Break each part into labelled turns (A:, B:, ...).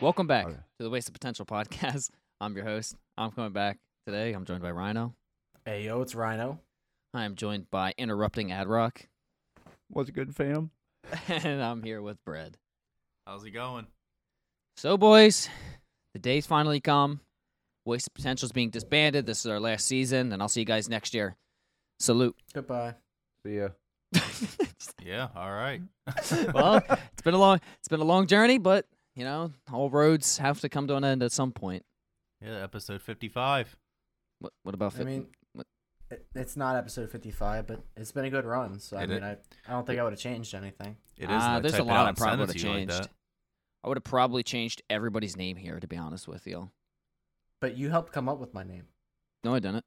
A: Welcome back
B: Okay.
A: to the Waste of Potential podcast. I'm your host. I'm coming back today. I'm joined by Rhino.
C: Hey yo, it's Rhino.
A: I am joined by Interrupting Ad Rock,
B: What's good, fam?
A: and I'm here with Bread.
D: How's it going?
A: So, boys, the day's finally come. Waste of Potential is being disbanded. This is our last season, and I'll see you guys next year. Salute.
C: Goodbye.
B: See ya.
D: Yeah, all right.
A: well, it's been a long, it's been a long journey, but you know, all roads have to come to an end at some point.
D: yeah, episode 55.
A: What, what about?
C: I
A: fif-
C: mean,
A: what-
C: it- it's not episode fifty-five, but it's been a good run. So I
D: It
C: mean,
D: i-
C: I, I don't think I would have changed anything.
D: It is.
A: Ah,
D: when I
A: there's
D: type
A: a
D: it
A: lot
D: out
A: I
D: and
A: probably
D: send it
A: would have
D: to you like
A: changed.
D: that.
A: I would have probably changed everybody's name here, to be honest with you.
C: But you helped come up with my name.
A: No, I didn't.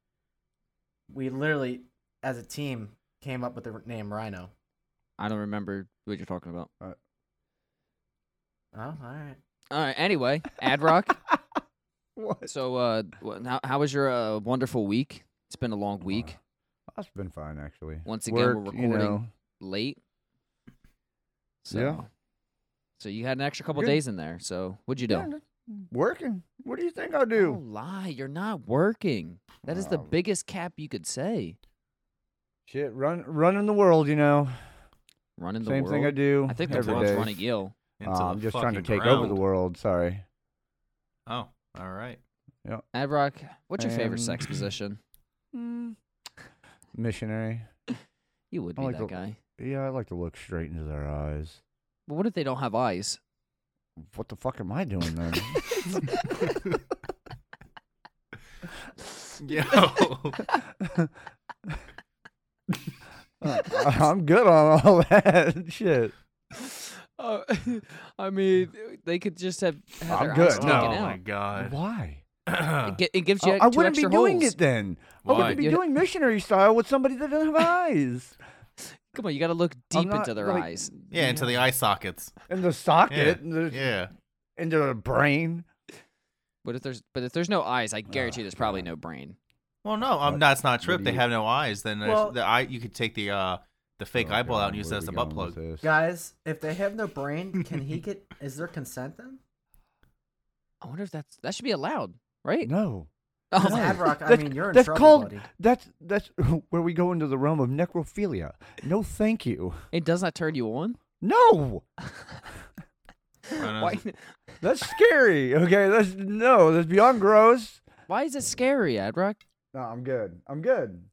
C: We literally, as a team, came up with the r- name Rhino.
A: I don't remember what you're talking about.
C: Oh, all right.
A: All right. Anyway, Ad Rock.
B: What?
A: so, uh, wh- how, how was your uh, wonderful week? It's been a long week.
B: That's Uh, been fine, actually.
A: Once again, we're
B: Work,
A: recording
B: You know,
A: Late. So,
B: Yeah.
A: So you had an extra couple
B: Good.
A: days in there. So what'd you do?
B: yeah, working. What do you think I
A: Don't
B: do?
A: lie. You're not working. That is the
B: Um,
A: biggest cap you could say.
B: Shit, run, running the world. You know,
A: Running the
B: same
A: world.
B: thing I do.
A: I think the
B: every
A: world's
B: day.
A: running you.
B: Uh,
D: Into the
B: I'm just trying to
D: fucking
B: take over the
D: ground.
B: world. Sorry.
D: Oh, all right.
A: Ad Rock, what's your favorite
B: And-
A: sex position?
B: Mm. Missionary.
A: You would
B: I
A: be
B: like
A: that
B: the-
A: guy.
B: Yeah, I like to look straight into their eyes.
A: But what if they don't have eyes?
B: What the fuck am I doing then?
D: Yo.
B: Uh, I'm good on all that shit.
A: Uh, I mean, they could just have. have
B: I'm
A: their
B: good.
A: Eyes
B: Oh
D: oh
A: taken
D: my
A: out.
D: god.
B: Why?
A: It, gi- it gives you.
B: I,
A: two
B: Oh, I wouldn't be
A: extra
B: doing
A: holes.
B: oh, it then. I
D: Why?
B: wouldn't be
A: You-
B: doing missionary style with somebody that doesn't have eyes.
A: Come on, you got to look
B: I'm
A: deep
B: not,
A: into their
B: like-
A: eyes.
D: yeah, into the eye sockets.
B: In the socket,
D: Yeah.
B: in the,
D: Yeah.
B: into the brain.
A: But if there's but if there's no eyes, I guarantee
B: Oh,
A: there's probably
B: God.
A: no brain.
D: Well, no, um,
B: What-
D: that's not
B: what
D: true. If
B: do
D: They
B: you-
D: have no eyes. Then there's-
C: Well-
D: the eye, you could take the uh, the fake
B: Oh,
D: eyeball
B: God,
D: out and use
B: where are
D: that as a
B: we
D: butt
B: going with
D: plug.
B: this?
C: Guys, if they have no brain, can he get? Is there consent then?
A: I wonder if that's that should be allowed, right?
B: No.
A: Oh,
C: Because
B: No.
C: Ad Rock, I
B: That's-
C: mean, you're in
B: that's
C: trouble,
B: called-
C: buddy.
B: That's that's where we go into the realm of necrophilia. No, thank you.
A: It does not turn you on.
B: No,
D: Rhino's-
A: Why?
B: that's scary. Okay, that's no, that's beyond gross.
A: Why is it scary, Adrock?
B: No, I'm good. I'm good.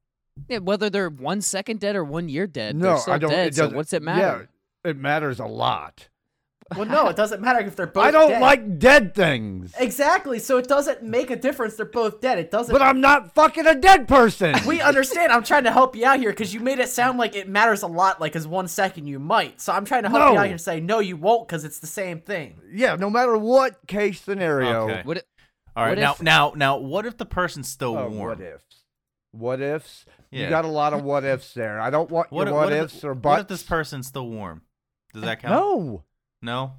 A: Yeah, whether they're one second dead or one year dead,
B: no,
A: they're still
B: I don't.
A: dead.
B: it
A: so
B: doesn't-
A: what's it matter?
B: Yeah, it matters a lot.
C: Well, no, it doesn't matter if they're both.
B: I don't
C: dead.
B: like dead things,
C: Exactly. So it doesn't make a difference. They're both dead. It doesn't.
B: but I'm not fucking a dead person.
C: We understand. I'm trying to help you out here because you made it sound like it matters a lot. Like, as one second you might. So I'm trying to help you
B: No.
C: out here and say no, you won't, because it's the same thing.
B: yeah, no matter what case scenario.
D: Okay.
A: What? It,
D: All right.
A: What
D: Now,
A: if-
D: now, now, what if the person's still
B: Oh,
D: warm?
B: what ifs? What ifs?
D: Yeah.
B: You got a lot of what ifs there. I don't want your
D: What, if-
B: what,
D: what if-
B: ifs or buts.
D: what if this person's still warm? Does that count?
B: No.
D: No.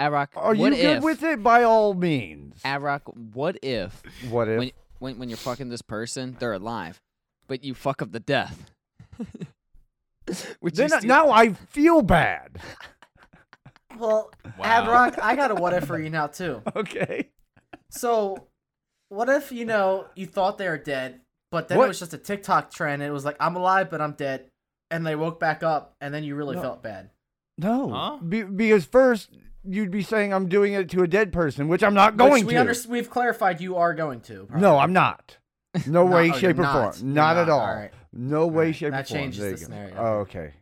A: Adrock,
B: Are you
A: what
B: good
A: if,
B: with it? By all means.
A: Adrock, what if
B: What if?
A: when, when when you're fucking this person, they're alive, but you fuck up the death? Would you
B: Then I-
A: still-
B: now I feel bad.
C: Well, Ad Rock, I got a what if for you now too.
B: Okay.
C: So, what if you know you thought they were dead, but then
B: What?
C: it was just a TikTok trend. And it was like I'm alive, but I'm dead, and they woke back up, and then you really
B: No.
C: felt bad.
B: No.
D: Huh?
B: Be- because first you'd be saying I'm doing it to a dead person, which I'm not
C: Which
B: going
C: we
B: to.
C: unders- we've clarified you are going to.
B: no, I'm not. No
C: No,
B: way,
C: oh,
B: shape, or
C: you're not.
B: form.
C: You're
B: Not, at
C: not.
B: all.
C: Alright.
B: No way,
C: Alright.
B: shape,
C: That
B: or form.
C: changes
B: There
C: the
B: you go.
C: scenario.
B: Oh, okay.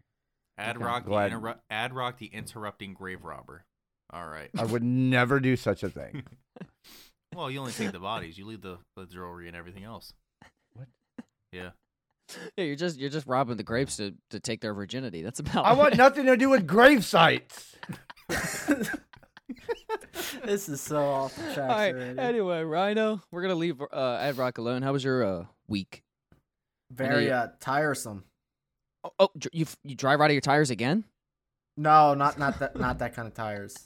D: Ad
A: Okay.
D: Rock, the
B: Glad-
D: interru- Ad Rock, the interrupting grave robber. All right.
B: I would never do such a thing.
D: Well, you only take the bodies. You leave the, the jewelry and everything else.
B: What?
D: Yeah.
A: Yeah, you're just you're just robbing the grapes to, to take their virginity. That's about.
B: I want
A: it.
B: nothing to do with grave sites.
C: this is so off the tracks
A: All right.
C: already.
A: Anyway, Rhino, we're gonna leave uh, Ad Rock alone. How was your uh, week?
C: Very
A: you-
C: uh, tiresome.
A: Oh, oh dr- you f- you drive out of your tires again?
C: No, not not that not that kind of tires.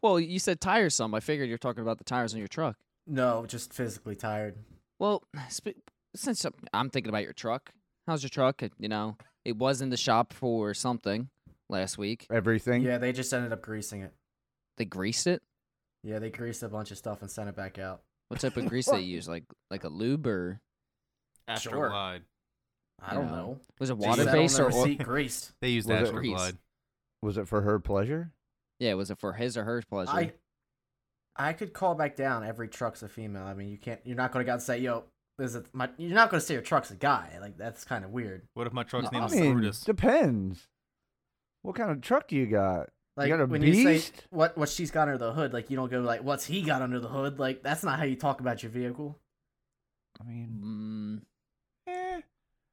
A: Well, you said tiresome. I figured you're talking about the tires on your truck.
C: No, just physically tired.
A: Well, sp- since I'm- I'm thinking about your truck, how's your truck? It- You know, it was in the shop for something last week.
B: Everything.
C: Yeah, they just ended up greasing it.
A: They greased it.
C: Yeah, they greased a bunch of stuff and sent it back out.
A: What type of grease they use? Like like a lube or
C: Sure.
D: Afterglide.
C: I don't
A: Yeah.
C: know.
A: was it
C: Just
A: water
C: sat on
A: based
C: the
A: or oil?
C: receipt greased?
D: They used
B: Was it-
D: Afterglide.
B: Was it for her pleasure?
A: Yeah, was it for his or her pleasure?
C: I I could call back down every truck's a female. I mean, you can't. You're not gonna go out and say, "Yo, this is my." You're not gonna say your truck's a guy. Like that's kind of weird.
D: What if my truck's
A: No,
D: name
B: I
D: was
B: mean,
D: Brutus?
B: depends. What kind of truck do you got?
C: Like
B: got a
C: when you say
B: beast?
C: what what she's got under the hood, like you don't go like what's he got under the hood. Like that's not how you talk about your vehicle.
B: I mean,
A: Mm,
B: eh,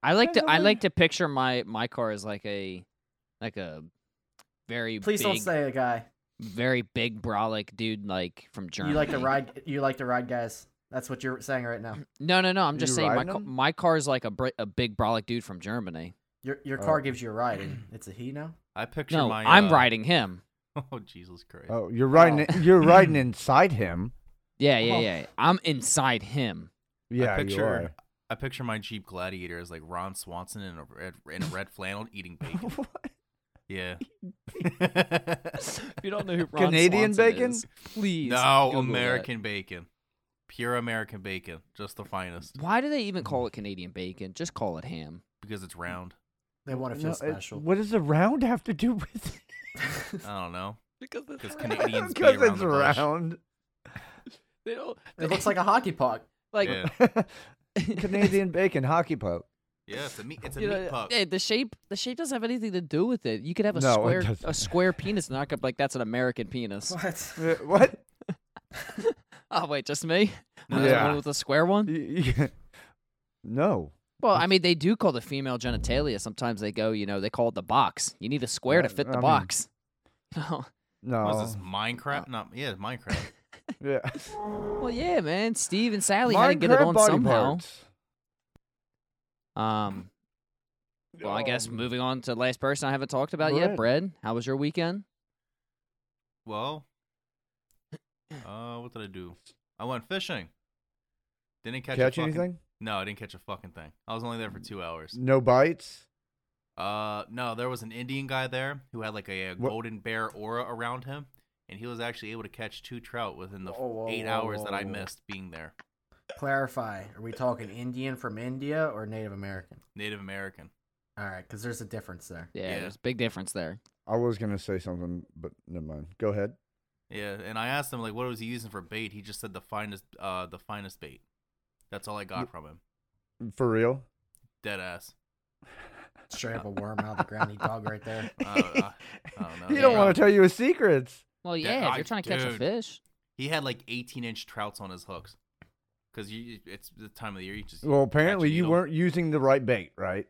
A: I like to
B: Depends
A: I
B: on
A: like to
B: the-
A: picture my my car as like a like a very
C: Please
A: big,
C: don't say a guy.
A: very big brolic dude like from Germany.
C: You like to ride. You like to ride guys. That's what you're saying right now.
A: No, no, no. I'm just
B: You
A: saying my
B: riding
A: ca-
B: 'em?
A: my car is like a br- a big brolic dude from Germany.
C: Your your car
B: Oh.
C: gives you a ride, and it's a he now.
D: I picture
A: No,
D: my.
A: I'm
D: uh,
A: riding him.
D: Oh Jesus Christ!
B: oh, you're riding.
C: Oh.
B: it- You're riding inside him.
A: Yeah, yeah,
B: Oh.
A: yeah. I'm inside him.
B: Yeah,
D: I
B: you
D: picture.
B: are.
D: I picture my Jeep Gladiator as like Ron Swanson in a red in a red flannel eating bacon. Yeah.
A: If you don't know who
B: Ron Canadian Swanson bacon? is,
A: please.
D: no, American bacon. Pure American bacon, just the finest
A: Why do they even call it Canadian bacon? Just call it ham.
D: because it's round.
C: They want to
B: No,
C: feel
B: it-
C: special.
B: what does the round have to do with
D: I don't know.
A: Because
D: Because
A: it's
D: Canadian- Canadians be
B: Because
D: around
B: it's
D: the bush.
B: round.
A: They don't.
C: it looks like a hockey puck.
A: like
D: Yeah,
B: Canadian bacon hockey puck.
D: yeah it's a meat. It's a
A: you know,
D: meat puck.
A: eh, the shape. The shape doesn't have anything to do with it. You could have a
B: No, it
A: square
B: doesn't.
A: a square penis, and I could be like that's an American penis.
C: What?
B: Uh, What?
A: Oh wait, just me? I'm the only
B: Yeah.
A: one with a square one.
B: You- you- no.
A: Well, I mean, they do call the female genitalia. Sometimes they go, you know, they call it the box. You need a square to
B: Yeah,
A: fit
B: I
A: the
B: mean-
A: box. Oh, No.
B: No.
D: What is this
B: uh,
D: Minecraft? Not yeah, it's Minecraft.
B: Yeah.
A: Well, yeah, man. Steve and Sally had to get it
B: Minecraft
A: on
B: body
A: somehow.
B: parts.
A: Um. Well, I guess
B: Oh,
A: moving on to the last person I haven't talked about yet,
B: Brett.
A: Brad. How was your weekend?
D: well, uh, what did I do? I went fishing. Didn't catch, a
B: catch
D: fucking-
B: anything? Mm.
D: No, I didn't catch a fucking thing. I was only there for two hours.
B: No bites.
D: Uh, no, there was an Indian guy there who had like a, uh,
B: What-
D: golden bear aura around him, and he was actually able to catch two trout within the f-
C: Whoa, whoa,
D: eight
C: whoa,
D: hours
C: whoa,
D: that I
C: whoa.
D: missed being there.
C: Clarify. Are we talking Indian from India or Native American?
D: Native American.
C: All right, because there's a difference there.
A: Yeah,
D: Yeah.
A: there's a big difference there.
B: I was gonna say something, but never mind. Go ahead.
D: Yeah, and I asked him like, what was he using for bait? He just said the finest, uh, the finest bait. That's all I got from him.
B: For real.
D: Dead ass.
C: Straight up a worm out of the ground. He dug right there.
D: I don't- I- I don't
B: He
D: know.
B: don't
D: Yeah.
B: want to tell you his secrets.
A: Well,
D: Yeah,
A: yeah, if
D: I-
A: you're trying to catch a
D: dude.
A: fish.
D: He had like 18 inch trouts on his hooks, because you, it's the time of the year. You just
B: Well, apparently
D: catch a
B: you
D: needle.
B: weren't using the right bait, right?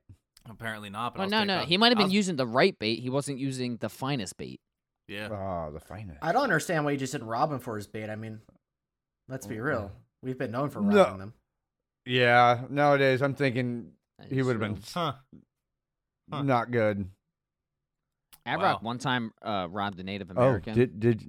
D: Apparently not. But I
A: Well,
D: was
A: no,
D: taking
A: no.
D: out-
A: He might have
D: I
A: been
D: was-
A: using the right bait. He wasn't using the finest bait.
D: Yeah.
B: Ah, the finest.
C: I don't understand why you just didn't rob him for his bait. I mean, let's be real. We've been known for
B: No.
C: robbing them.
B: Yeah, nowadays I'm thinking
A: That
B: he
A: is
B: would have
A: true.
B: been s-
D: Huh. Huh.
B: not good.
A: Ad
D: Wow.
A: Rock one time uh, robbed a Native American.
B: Oh, did did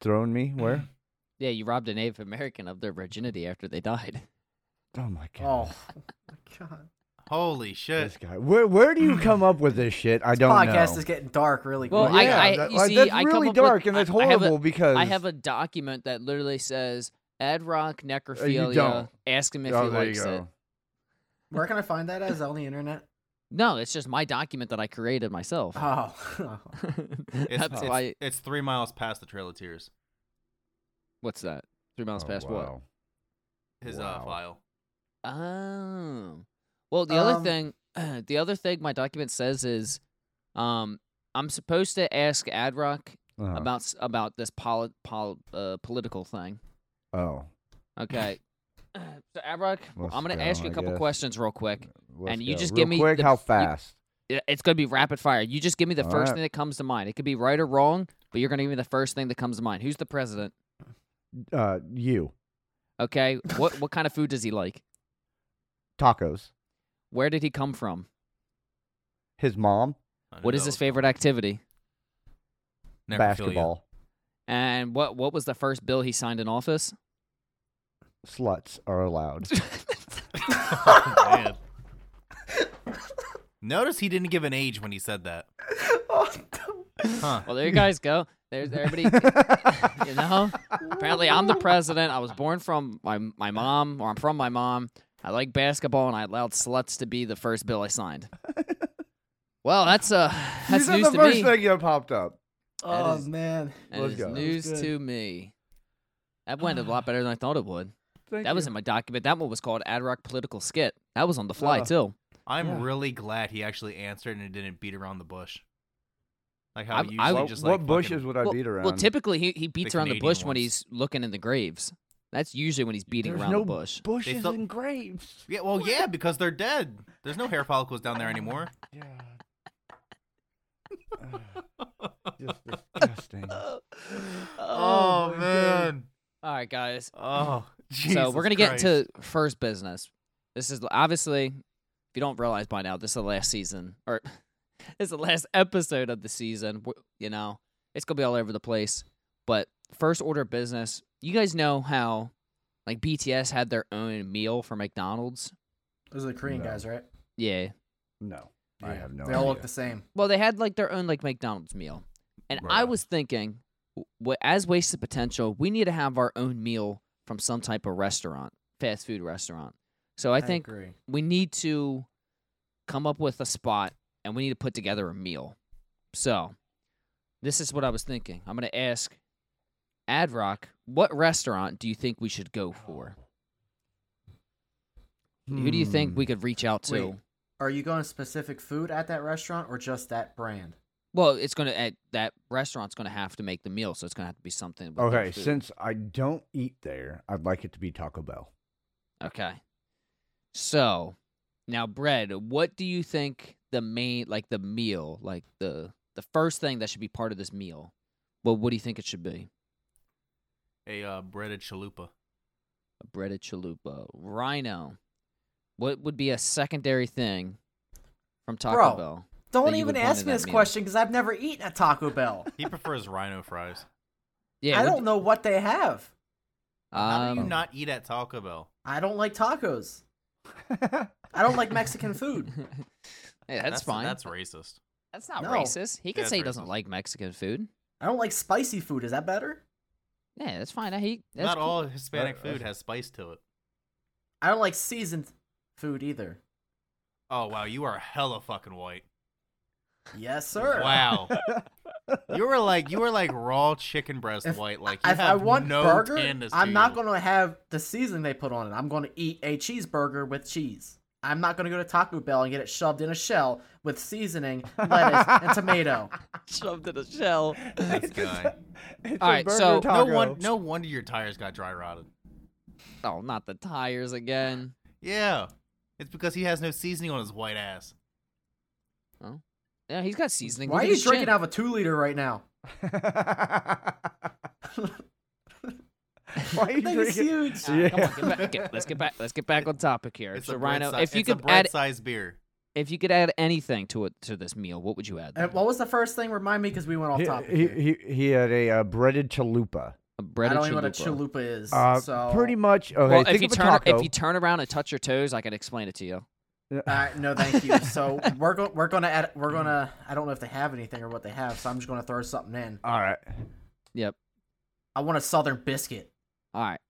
B: thrown me where?
A: Yeah, you robbed a Native American of their virginity after they died.
B: Oh my god.
C: Oh, my God.
D: Holy shit.
B: This guy. Where where do you come up with this shit? I don't
C: Podcast
B: know.
C: is getting dark really
A: Well,
C: quick.
A: I-
B: yeah,
A: I-
B: that-
A: you
B: like,
A: see,
B: that's
A: I come
B: really
A: up with-
B: dark and that's
A: I- I have a-
B: horrible because
A: I have a document that literally says Ad Rock necrophilia.
B: don't.
A: Ask him if
B: oh,
A: he
B: there you
A: likes it.
B: go.
C: Where can I find that as on the internet?
A: No, it's just my document that I created myself.
C: Oh,
D: It's,
A: That's
D: it's,
A: why.
D: it's three miles past the Trail of Tears.
A: What's that? Three miles
B: Oh,
A: past what?
B: wow.
D: His uh,
B: Wow.
D: file.
A: Oh. Well, the other
C: Um,
A: thing, the other thing my document says is, um, I'm supposed to ask Adrock
B: Uh-huh.
A: about s- about this poli- pol- uh, political thing.
B: Oh.
A: Okay. so Adrock,
B: Let's
A: I'm going to
B: go,
A: ask you a
B: I
A: couple
B: guess.
A: questions real quick.
B: Let's
A: And you
B: go.
A: just
B: Real
A: give me
B: quick
A: the-
B: how
A: you-
B: fast.
A: I- It's going to be rapid fire. You just give me the
B: All
A: first
B: right.
A: thing that comes to mind. It could be right or wrong, but you're going to give me the first thing that comes to mind. Who's the president?
B: uh, you
A: Okay. what what kind of food does he like?
B: tacos.
A: Where did he come from?
B: His mom
D: I
A: What
D: knew
A: is
D: that
A: his
D: was-
A: favorite activity?
D: Necrophilia.
B: basketball.
A: And what what was the first bill he signed in office?
B: sluts are allowed.
D: Oh, man. Oh, Notice he didn't give an age when he said that. Huh.
A: Well, there you guys go. There's everybody. you know, apparently I'm the president. I was born from my my mom, or I'm from my mom. I like basketball, and I allowed sluts to be the first bill I signed. Well, that's uh, that's
B: These are
A: news
B: the
A: to
B: first
A: me.
B: thing that popped up.
C: oh
A: is-
C: man.
A: That
B: Let's
A: is
B: go. That was
A: news
C: good.
A: to me. That went a lot better than I thought it would.
B: Thank
A: that was
B: you.
A: in my document. That one was called Ad Rock Political Skit. That was on the fly
B: Oh.
A: too.
D: I'm
B: Yeah.
D: really glad he actually answered and it didn't beat around the bush. Like how
A: I-
D: you usually
A: I-
B: What,
D: just
B: what
D: like
B: bushes
D: fucking-
B: would I
A: well,
B: beat around?
A: well, typically he, he beats around the
D: Canadian
A: bush when
D: ones.
A: he's looking in the graves. That's usually when he's beating
B: There's
A: around
B: no
A: the bush.
B: bushes
D: thought-
B: and graves.
D: Yeah, well, yeah, because they're dead. There's no hair follicles down there anymore.
B: Yeah. Just disgusting.
D: Oh,
B: my
D: man.
A: All right, guys.
D: Oh, Jesus
A: so we're gonna get
D: Christ.
A: into first business. This is obviously, if you don't realize by now, this is the last season, or this is the last episode of the season. W- You know, it's gonna be all over the place. But first order of business, you guys know how, like BTS had their own meal for McDonald's.
C: Those are the Korean
B: No.
C: guys, right?
A: Yeah.
B: No, I
C: Yeah.
B: have no
C: They
B: idea.
C: all look the same.
A: Well, they had like their own like McDonald's meal, and I
B: Right.
A: was thinking, w- w- as wasted potential, we need to have our own meal from some type of restaurant, fast food restaurant. So I think
C: agree.
A: we need to come up with a spot and we need to put together a meal. So, this is what I was thinking. I'm going to ask Adrock, what restaurant do you think we should go for? Who do you think
B: Hmm.
A: we could reach out to?
C: Wait. Are you going specific food at that restaurant or just that brand?
A: Well, it's going to that restaurant's going to have to make the meal, so it's going to have to be something. With their
B: Okay,
A: food.
B: since I don't eat there, I'd like it to be Taco Bell.
A: Okay. So, now bread, what do you think the main like the meal, like the the first thing that should be part of this meal? Well, what do you think it should be?
D: a uh, breaded chalupa.
A: A breaded chalupa, rhino. What would be a secondary thing from Taco
C: Bro.
A: Bell?
C: Don't
A: you
C: even
A: would want
C: ask
A: in
C: me
A: that
C: this
A: meal.
C: question because I've never eaten at Taco Bell.
D: He prefers rhino fries.
A: Yeah,
C: I
A: what
C: don't know what they have.
A: do-
D: How do you
A: um,
D: not eat at Taco Bell?
C: I don't like tacos. I don't like Mexican food.
A: hey, that's, fine.
D: That's
A: That's,
D: racist.
A: not
C: No.
A: racist. He can
D: Yeah,
A: say he
D: it's
A: doesn't
D: racist.
A: like Mexican food.
C: I don't like spicy food. Is that better?
A: Yeah, that's fine. I hate. That's
D: not
A: cool.
D: all Hispanic
B: That-
D: food
B: that's-
D: has spice to it.
C: I don't like seasoned food either.
D: Oh wow, you are hella fucking white.
C: Yes, sir.
D: Wow. you were like you were like raw chicken breast
C: If
D: white. Like you
C: If
D: have
C: I want
D: no
C: burger,
D: tanness to
C: I'm not
D: you.
C: going to have the seasoning they put on it. I'm going to eat a cheeseburger with cheese. I'm not going to go to Taco Bell and get it shoved in a shell with seasoning, lettuce, and tomato.
A: Shoved in a shell.
D: This guy.
B: It's
A: All
B: a
A: right,
B: burger
A: so- No
D: No
B: taco.
D: one no wonder your tires got dry rotted.
A: Oh, not the tires again.
D: Yeah. It's because he has no seasoning on his white ass.
A: Yeah, he's got seasoning.
C: Why
A: Look
C: are
A: at
C: you
A: his
C: drinking
A: chin.
C: out of a two liter right now?
B: Why are you
C: That thing is
B: drinking?
C: huge.
A: All right, come on,
B: Yeah.
A: get back, get- let's get back. Let's get back on topic here.
D: It's
A: so
D: a
A: Rhino,
D: bread si-
A: if you
D: it's a
A: could
D: bread
A: add,
D: size beer.
A: if you could add anything to it to this meal, what would you add?
C: And
A: then?
C: what was the first thing? Remind me, because we went off topic.
B: He,
C: here.
B: he, he, he had a uh, breaded chalupa.
A: a
C: I
A: breaded
C: don't even know what a
A: chalupa.
C: chalupa is.
B: Uh,
C: so
B: Pretty much. Okay,
A: well,
B: think
A: if you
B: of a
A: turn
B: taco.
A: if you turn around and touch your toes, I can explain it to you.
C: Uh, no, thank you. So we're going. We're going to add. We're going to. I don't know if they have anything or what they have. So I'm just going to throw something in.
B: All right.
A: Yep.
C: I want a southern biscuit.
A: All right,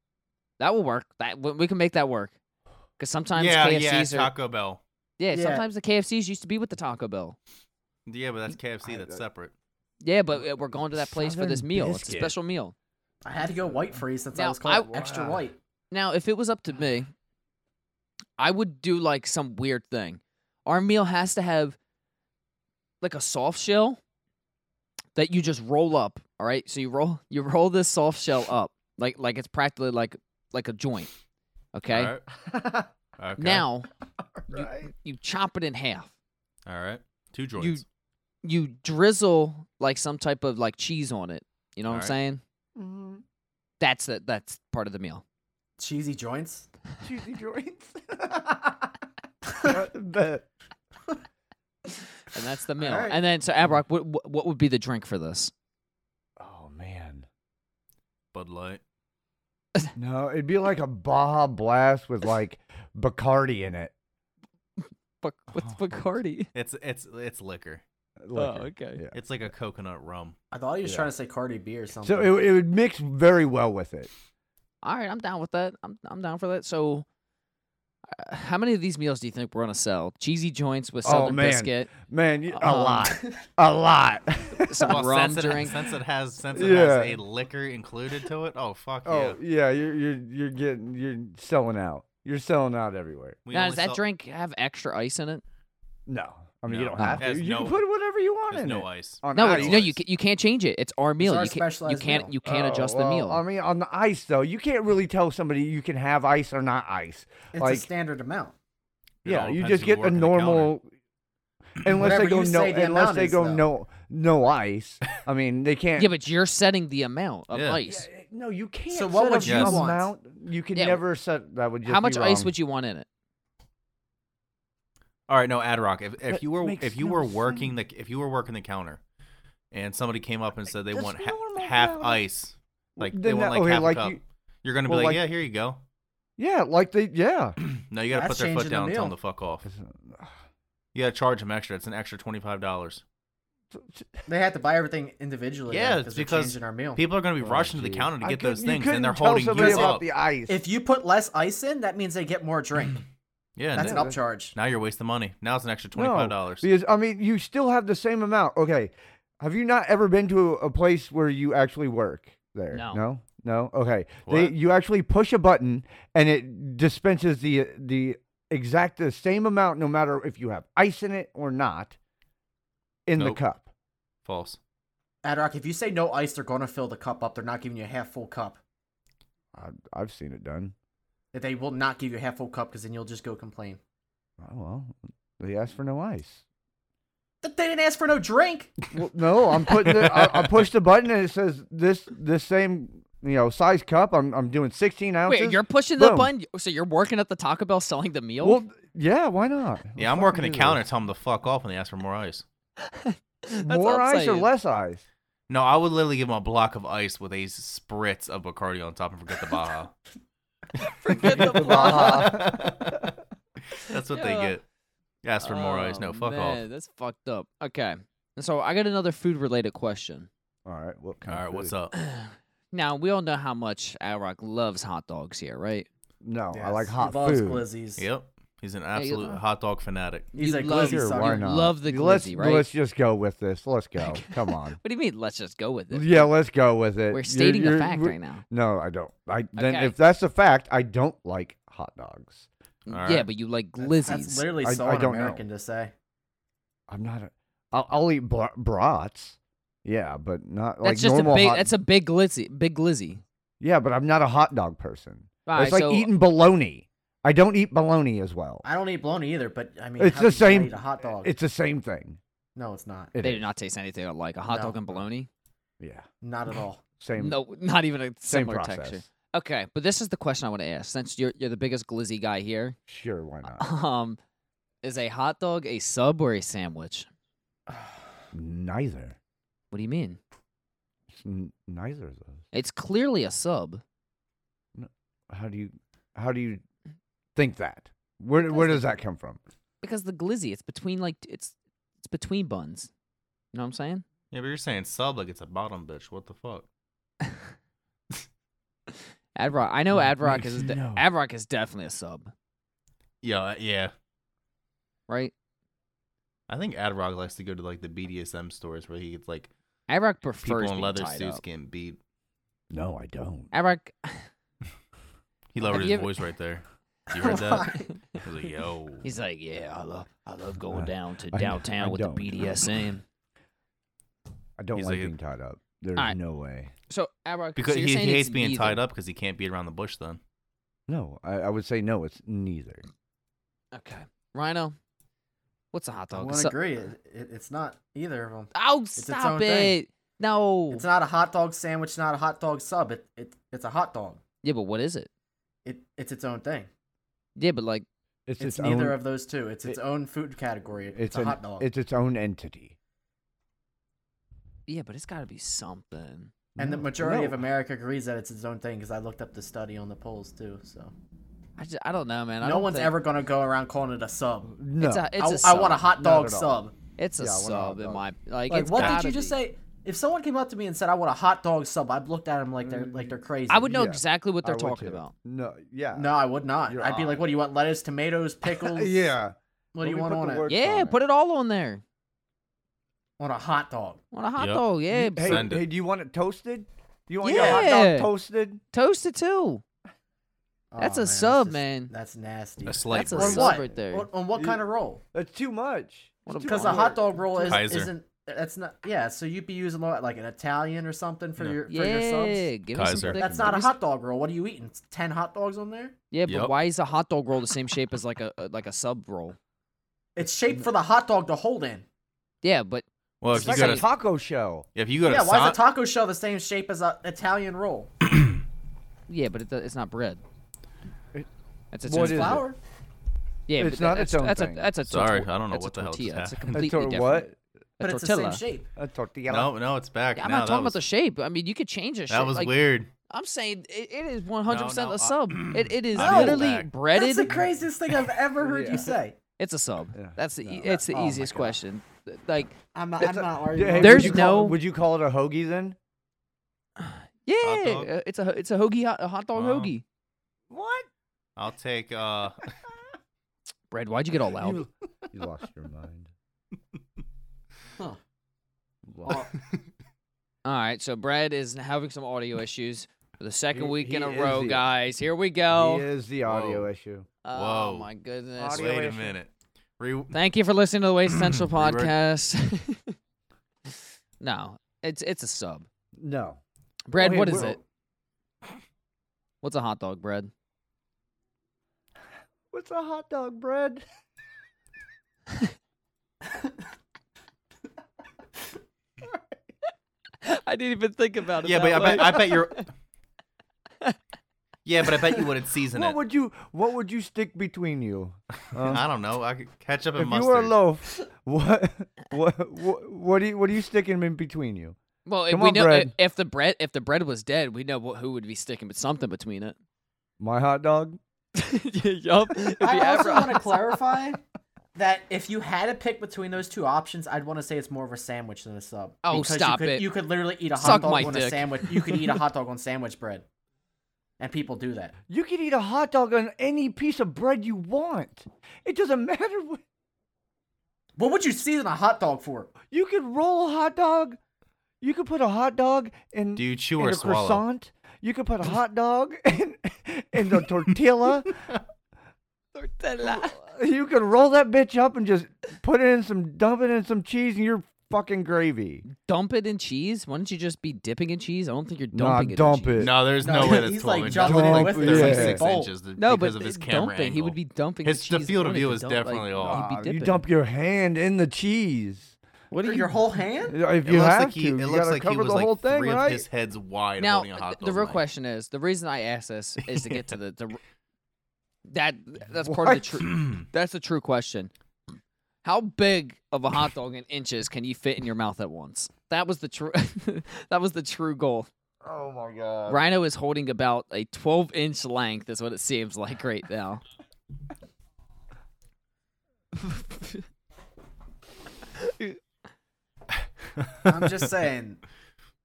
A: that will work. That we we can make that work. Because sometimes
D: yeah,
A: KFCs
D: yeah,
A: are
D: Taco Bell.
A: yeah,
C: Yeah.
A: Sometimes the KFCs used to be with the Taco Bell.
D: Yeah, but that's KFC.
B: I-
D: That's
B: I-
D: separate.
A: Yeah, but uh, we're going to that place for this
B: Southern
A: meal. It's a
B: biscuit.
A: special meal.
C: I had to go white free since I
A: Now,
C: was called
B: I-
C: extra
B: Wow.
C: white.
A: Now, if it was up to me, I would do like some weird thing. Our meal has to have like a soft shell that you just roll up. All right, so you roll you roll this soft shell up like like it's practically like like a joint. Okay.
D: All right. Okay.
A: Now
B: Right.
A: you chop it in half.
D: All right. Two joints.
A: You drizzle like some type of like cheese on it. You know what
D: All
A: I'm
D: right.
A: saying? That's the, that's part of the meal.
C: Cheesy joints.
B: Cheesy joints. but
A: And that's the meal.
C: right.
A: And then so Abrock, what what- what would be the drink for this?
B: oh man,
D: Bud Light.
B: No, it'd be like a Baja Blast with like Bacardi in it.
A: Bac- what's
D: Oh.
A: Bacardi?
D: It's it's it's liquor.
A: Oh,
B: Liquor.
A: okay.
B: Yeah.
D: It's like a coconut rum.
C: I thought he was
B: Yeah.
C: trying to say Cardi B or something.
B: So it, it would mix very well with it.
A: All right, I'm down with that. I'm I'm down for that. So, uh, how many of these meals do you think we're gonna sell? Cheesy joints with
B: Oh,
A: southern
B: man.
A: biscuit,
B: Man, you, a
A: Um,
B: lot. A lot.
A: some
D: Well,
A: rum
D: since,
A: drink.
D: It, since it has since it
B: Yeah.
D: has a liquor included to it. Oh fuck yeah.
B: oh, yeah, you're you're you're getting you're selling out. You're selling out everywhere.
D: We
A: now,
D: only
A: does that
D: sell-
A: drink have extra ice in it?
B: No. I mean, you
D: No.
B: don't have to.
D: There's
B: You
D: no-
B: can put whatever you want
D: There's
B: in
D: no
B: it.
D: ice.
B: On
A: No,
B: ice.
A: it's- no, you ca- you can't change it. It's our meal.
C: our
A: you can't you
C: specialized
A: can't
C: meal.
A: you can't
B: Oh,
A: adjust
B: well,
A: the meal.
B: I mean, on the ice though, you can't really tell somebody you can have ice or not ice.
C: it's
B: like,
C: a standard amount.
D: It
B: yeah,
D: all
B: you
D: depends
B: just
D: who
B: get
D: working
B: the
D: the counter.
B: normal. Unless they
C: Whatever
B: go
C: you
B: no,
C: say the
B: unless
C: amount
B: they
C: is,
B: go
C: though.
B: no, no ice. I mean, they can't.
A: yeah, but you're setting the amount of
D: Yeah.
A: ice.
B: Yeah, no, you can't.
C: So what
B: set
C: would
B: up
D: you
B: the
C: want?
B: amount. You can
A: Yeah.
B: never set that. Would just
A: How much ice would you want in it?
D: All right, no, Adrock. If, if
B: That
D: you were
B: makes
D: if you
B: no
D: were working the if you were working the counter, and somebody came up and said they
B: Just
D: want ha-
B: normal
D: half
B: amount.
D: ice, like they
B: Then
D: want
B: that-
D: like
B: okay,
D: half
B: like
D: a cup,
B: you-
D: you, are gonna
B: well,
D: be
B: like-
D: like, yeah, here you go.
B: Yeah, like they. Yeah.
D: No, you gotta
C: That's
D: put their
C: changing
D: foot
C: the
D: down and tell
C: meal.
D: them to fuck off. You gotta charge them extra. It's an extra twenty five dollars.
C: They had to buy everything individually.
D: Yeah,
C: though,
D: it's
C: they're
D: because
C: changing our meal.
D: People are gonna be
B: Oh,
D: rushing to the
B: geez.
D: counter to
B: I
D: get
B: couldn't-
D: those
B: you
D: things,
B: couldn't
D: and they're
B: tell
D: holding you
B: somebody about
D: up.
B: the ice.
C: If you put less ice in, that means they get more drink.
D: yeah, and
C: That's an
D: then-
B: no.
C: upcharge.
D: now you're wasting money. Now it's an extra twenty five dollars.
B: No, because I mean, you still have the same amount. Okay, have you not ever been to a, a place where you actually work there?
A: No.
B: no, No? Okay, they,
D: What?
B: you actually push a button and it dispenses the the exact the same amount, no matter if you have ice in it or not, in
D: Nope.
B: the cup.
D: False.
C: Adrock, if you say no ice, they're gonna fill the cup up. They're not giving you a half full cup.
B: I, I've seen it done.
C: They will not give you a half full cup because then you'll just go complain.
B: Oh well, they asked for no ice.
C: But They didn't ask for no drink.
B: Well, no, I'm putting. The, I, I pushed the button and it says this this same you know size cup. I'm I'm doing 16 ounces.
A: Wait, you're pushing the
B: Boom.
A: button. So you're working at the Taco Bell selling the meal.
B: Well, yeah, why not?
D: Yeah, I'm
B: Fucking
D: working the
B: do this.
D: counter. Tell them to fuck off when they ask for more ice.
A: That's all
B: More
A: I'm
B: ice or
A: saying.
B: less ice?
D: No, I would literally give them a block of ice with a spritz of Bacardi on top and forget the Baja.
A: Forget the
B: Baja.
D: That's what they
A: Yeah.
D: get. You Ask for more ice.
A: Oh,
D: No, fuck
A: man, That's fucked up. Okay. And so I got another food related question.
B: All right. What
D: off. All
B: kind
D: right,
B: of
D: what's
B: food?
D: up?
A: Now we all know how much Alrock loves hot dogs here, right?
B: No, Oh, I
C: Yes,
B: like
C: he
B: hot
C: loves
B: food.
C: glizzies.
D: Yep. He's an
A: you-
D: absolute hot dog fanatic.
C: He's
A: You
C: a
A: love-
C: glizzy
B: Sure,
C: sucker.
B: why
A: You
B: not?
A: love the
B: let's,
A: glizzy, right?
B: Let's just go with this. Let's go. Come on.
A: What do you mean? Let's just go with it.
B: yeah, let's go with it.
A: We're
B: You're-
A: stating a
B: you're-
A: fact
B: we're-
A: right now.
B: No, I don't. I then
A: Okay.
B: if that's a fact, I don't like hot dogs.
D: All
A: Yeah,
D: right.
A: but you like glizzies.
C: That's- That's literally
B: I-
C: so
B: I don't know.
C: un-American to say.
B: I'm not a. I'll, I'll eat br- brats. Yeah, but not like
A: That's just a
B: normal
A: big.
B: hot-
A: That's a big glizzy. Big glizzy.
B: yeah, but I'm not a hot dog person.
A: All
B: it's
A: right,
B: like
A: so-
B: eating bologna. I don't eat bologna as well.
C: I don't eat bologna either, but I mean,
B: it's the
C: how can you not
B: same.
C: Eat a hot dog.
B: It's the same thing.
C: no, it's not.
B: It
A: they
B: is.
A: do not taste anything like a hot
C: No.
A: dog and bologna.
B: Yeah.
C: Not at all.
B: Same.
A: No, not even a
B: same
A: similar
B: process.
A: texture. Okay, but this is the question I want to ask. Since you're you're the biggest glizzy guy here,
B: Sure. Why not?
A: um, is a hot dog a sub or a sandwich?
B: Neither.
A: What do you mean?
B: It's n- neither of those.
A: It's clearly a sub.
B: How do you? How do you think that? Where Where does that come from?
A: Because the glizzy, it's between like it's it's between buns. You know what I'm saying?
D: Yeah, but you're saying sub like it's a bottom bitch. What the fuck?
A: Adrock, I know
B: No,
A: Adrock
B: makes
A: is de-
B: no-
A: Adrock is definitely a sub,
D: Yeah, uh, yeah.
A: right?
D: I think Adrock likes to go to like the BDSM stores where he gets like
A: Adrock
D: people
A: prefers
D: in
A: being
D: leather
A: tied
D: suits
A: up.
D: getting beat.
B: No, I don't.
A: Adrock,
D: He lowered
A: you
D: his
A: ever-
D: voice right there. You heard that?
C: Why?
D: He was like, yo.
A: he's like, yeah, I love I love going
B: I-
A: down to
B: I-
A: downtown
B: I
A: with the
B: don't.
A: BDSM.
B: I don't
D: He's
B: like
D: like-
B: being tied up. There's
A: Alright.
B: no way.
A: So Adrock,
D: Because
A: so you're
D: he, he
A: saying
D: hates
A: it's
D: being
A: neither.
D: tied up because he can't beat around the bush then.
B: No, I, I would say no. It's neither.
A: Okay, Rhino, what's a hot
C: I
A: dog? A
C: wouldn't
A: sub-
C: agree. It, it, it's not either of them.
A: Oh,
C: its
A: stop
C: own thing.
A: it! No,
C: It's not a hot dog sandwich. Not a hot dog sub. It, it it's a hot dog.
A: yeah, but what is it?
C: It it's its own thing.
A: Yeah, but like,
B: It's its,
C: It's, neither
B: own,
C: of those two. It's its
B: it-
C: own food category. It's, a
B: an-
C: hot dog.
B: It's its own entity.
A: yeah, but it's got to be something.
C: And the
B: No.
C: majority of
B: No.
C: America agrees that it's its own thing because I looked up the study on the polls too. So
A: I, just, I don't know, man. I
C: no
A: don't
C: one's
A: think-
C: ever gonna go around calling it a sub.
B: No.
A: It's a,
C: I
A: it's a
C: I
A: sub.
C: want a hot
B: Not
C: dog
B: at all.
C: sub.
A: It's a
B: Yeah, I want a hot
A: sub in
B: dog.
A: my like.
C: Like
A: it's
C: what did
A: gotta
C: you just
A: be.
C: say? If someone came up to me and said I want a hot dog sub, I'd looked at them like
B: Mm.
C: they're like they're crazy.
A: I would know
B: Yeah,
A: exactly what
B: I
A: they're
B: would
A: talking
B: too.
A: about.
B: No, yeah.
C: No, I would not.
B: You're
C: I'd be like,
B: odd.
C: what do you want? Lettuce, tomatoes, pickles.
B: Yeah.
C: What
B: Let
C: do you
B: me
C: want
B: put
C: on
B: the
C: it?
B: word- It's
A: Yeah,
B: on
A: put it all on there.
C: On a hot dog.
A: On a hot
D: Yep.
A: dog, yeah.
B: Hey,
A: put-
D: Send it.
B: hey, do you want it toasted? Do you want your hot
A: Yeah.
B: dog toasted?
A: Toast it too.
C: Oh,
A: That's a
C: man,
A: sub,
C: just-
A: man.
C: That's nasty.
D: A slight
A: That's a
D: breeze.
A: sub.
C: what?
A: right there.
C: On, on what kind of roll?
B: That's too much.
A: What
B: It's
A: a-
B: too
C: Because a
A: Dude.
B: much.
C: hot dog roll is,
D: Kaiser.
C: isn't. That's not. Yeah. So you'd be using lo- like an Italian or something for
D: No.
C: your for your subs.
A: Yeah, give me some
D: Kaiser.
A: thick-
C: That's not
A: give
C: a
A: me some-
C: hot dog roll. What are you eating? It's Ten hot dogs on there?
A: Yeah, but
D: Yep.
A: why is a hot dog roll the same shape as like a a- like a sub roll?
C: It's shaped for the hot dog to hold in.
A: Yeah, but
D: Well, if
B: It's
D: you
B: like
D: go
B: a
D: to
B: taco shell.
D: if you go to
C: yeah. Why is a
D: San-
C: taco shell the same shape as an Italian roll?
A: yeah, but it, do- it's not bread.
B: It-
A: That's its
B: What
A: own
B: is it?
A: thing.
C: Flour.
A: Yeah,
B: It's
A: but
B: not
A: that's,
B: its own
A: that's
B: thing.
A: A, that's a
D: Sorry,
A: tortilla.
D: I don't know
A: that's
D: what
A: a
D: the hell just
A: tortilla. It's a
D: happened.
A: completely
B: a tor-
A: different.
B: what?
A: A
C: But it's the
A: tortilla.
C: same shape.
B: A tortilla.
D: no, no, it's back.
A: Yeah, I'm
D: now,
A: not
D: that
A: talking
D: was,
A: about the shape. I mean, you could change the shape.
D: That was
A: like,
D: weird.
A: I'm saying it, it is 100 percent
D: No, no,
A: a
D: I-
A: sub. it, it is
D: I need
A: literally
D: that.
A: breaded.
C: That's the craziest thing I've ever heard
B: Yeah.
C: you say.
A: it's a sub.
B: Yeah,
A: That's the e
B: no.
A: it's the
C: Oh my
A: easiest
C: God.
A: question. Like
C: I'm not. I'm
B: It's a-
C: not
B: Yeah, hey,
C: arguing.
B: would
A: There's
B: you call-
A: no-
B: Would you call it a hoagie then?
A: yeah,
D: dog?
A: uh, it's a ho- it's a hoagie hot, a hot dog
D: Wow.
A: hoagie.
B: What?
D: I'll take uh
A: Brad, why'd you get all loud?
B: You, you lost your mind.
C: Huh.
B: You lost-
C: Well,
A: All right, so Brad is having some audio issues for the second
B: He-
A: week in
B: he
A: a
B: is
A: row,
B: the-
A: guys. Here we
B: He
A: go.
B: is the audio
D: Whoa.
B: issue.
A: Oh
D: Whoa.
A: my goodness.
B: Audio
D: wait a
B: issue.
D: minute. Re-
A: Thank you for listening to the Waste Central
D: Reword.
A: podcast. no, it's it's a sub.
B: No.
A: Brad,
B: Okay,
A: what is
B: we're-
A: it? What's a hot dog, Brad?
B: What's a hot dog bread?
A: I didn't even think about
D: yeah, but I bet, I bet you're. yeah, but I bet you wouldn't season
B: what
D: it.
B: would you What would you stick between you? Huh?
D: I don't know. I could catch up and
B: if
D: mustard.
B: you were a loaf, what what what, what do you what are you sticking in between you?
A: well, if
B: Come
A: we
B: on,
A: know
B: Brad.
A: if the bread if the bread was dead, we know what, who would be sticking with something between it.
B: My hot dog.
A: yup. It'd be
C: I also
A: Avro-
C: want to clarify that if you had to pick between those two options, I'd want to say it's more of a sandwich than a sub.
A: Oh,
C: Because
A: stop
C: you could,
A: it.
C: You could literally eat a
A: Suck
C: hot dog
A: my
C: on
A: dick.
C: a sandwich. You could eat a hot dog on sandwich bread, and people do that.
B: You can eat a hot dog on any piece of bread you want. It doesn't matter what.
C: What would you season a hot dog for?
B: You could roll a hot dog. You could put a hot dog in.
D: Do you chew
B: in
D: or
B: a
D: swallow?
B: croissant. You could put a hot dog in, in the tortilla.
A: Tortilla.
B: you could roll that bitch up and just put it in some, dump it in some cheese, and you're fucking gravy.
A: Dump it in cheese. Why don't you just be dipping in cheese? I don't think you're dumping
B: Nah,
A: it. in
B: dump
A: cheese.
B: it.
D: No, there's
C: No,
D: no, way that's
C: he's,
D: 12
C: like,
D: inches.
C: jumping
D: It's
B: in
D: like
B: with it.
D: 36
C: Yeah.
D: inches th-
A: No,
D: because
A: but
D: of his
A: dumping.
D: camera
A: He would
D: angle.
A: be dumping.
D: His-
A: in
D: the
A: cheese.
D: field
A: What
D: of
A: if
D: view
A: he
D: is
A: dumped, like,
D: definitely
A: no, he'd
D: off.
A: be
B: Wow, Ah, you
A: dipping.
B: dump your hand in the cheese.
A: What
C: For
A: are you?
C: your whole hand?
B: If
D: It
B: you
D: looks
B: have
D: like he,
B: to,
D: it
B: you
D: looks
B: gotta
D: like he
B: cover
D: was
B: the
D: like
B: whole thing,
D: three
B: right?
D: of his heads wide
A: now
D: holding a
A: th-
D: hot
A: the
D: dog
A: real
D: knife.
A: question is the reason i asked this is to get to the, the that that's part of the
B: What?
A: true that's the true question how big of a hot dog in inches can you fit in your mouth at once that was the true that was the true goal
B: Oh my god!
A: rhino is holding about a 12 inch length is what it seems like right now
C: I'm just saying,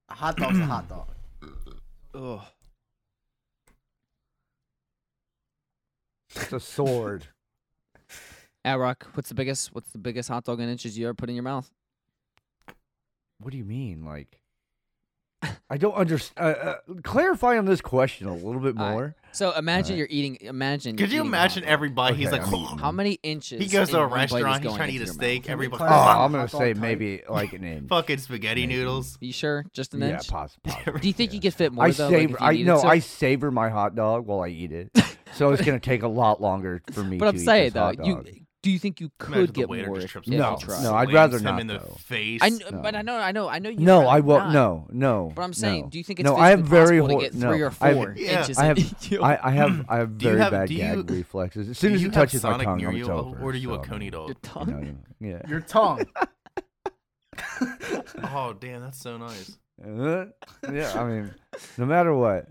C: a hot dog's a hot dog.
A: Ugh.
B: It's a sword.
A: Rock, what's the biggest what's the biggest hot dog in inches you ever put in your mouth
B: what do you mean, like? I don't understand. Uh, uh, clarify on this question a little bit
A: All right.
B: more.
A: so imagine you're eating imagine
D: Could
A: eating
D: you
A: a hot
D: imagine
A: dog.
D: everybody? He's
B: Okay,
D: like,
B: I'm
A: how many inches
D: he goes
A: in
D: to a
A: one bite is
D: restaurant, he's
A: going
D: trying to eat
A: into
D: a
A: your mouth?
D: steak.
C: Can we
D: Everybody,
B: Oh,
C: clarify?
D: fuck,
B: I'm gonna
C: Hot dog
B: say
C: type.
B: maybe like an inch.
D: fucking spaghetti noodles.
A: You sure? Just an
B: yeah,
A: inch?
B: poss- possibly.
A: Do you think you could fit more
B: I
A: though?
B: savor.
A: like, if
B: I
A: you
B: no.
A: needed to?
B: I savor my hot dog while I eat it, so it's gonna take a lot longer for me.
A: But
B: to
A: I'm
B: eat
A: saying
B: this
A: though,
B: hot
A: you
B: dog.
A: do you think you
D: Imagine
A: could
D: the
A: get
D: waiter
A: more?
D: just trips
A: if you
B: him
D: over,
B: No,
A: tried?
B: no, I'd rather
D: slams him
B: not,
D: in the
B: though.
D: face.
A: I kn- but I know, I know, I know. you'd
B: No,
A: rather
B: I won't.
A: not.
B: No, no.
A: But I'm saying,
B: no.
A: do you think it's
B: no? I have
A: physically
B: very
A: possible
B: hor-
A: to get
B: no,
A: three or
B: I have-
A: four
D: Yeah.
A: inches?
B: I
A: in
B: have,
A: you?
B: I, I have, I have
D: Do you
B: very
D: have-
B: bad
D: do you-
B: gag reflexes. As
D: Do
B: soon as
D: you
B: it
D: have
B: touches
D: Sonic
B: my tongue,
D: near
B: I'm
D: you,
B: over.
D: or do you
B: so,
D: a coney dog?
A: Your tongue.
B: no, yeah,
C: Your tongue.
D: Oh damn, that's so nice.
B: Uh, yeah, I mean, no matter what.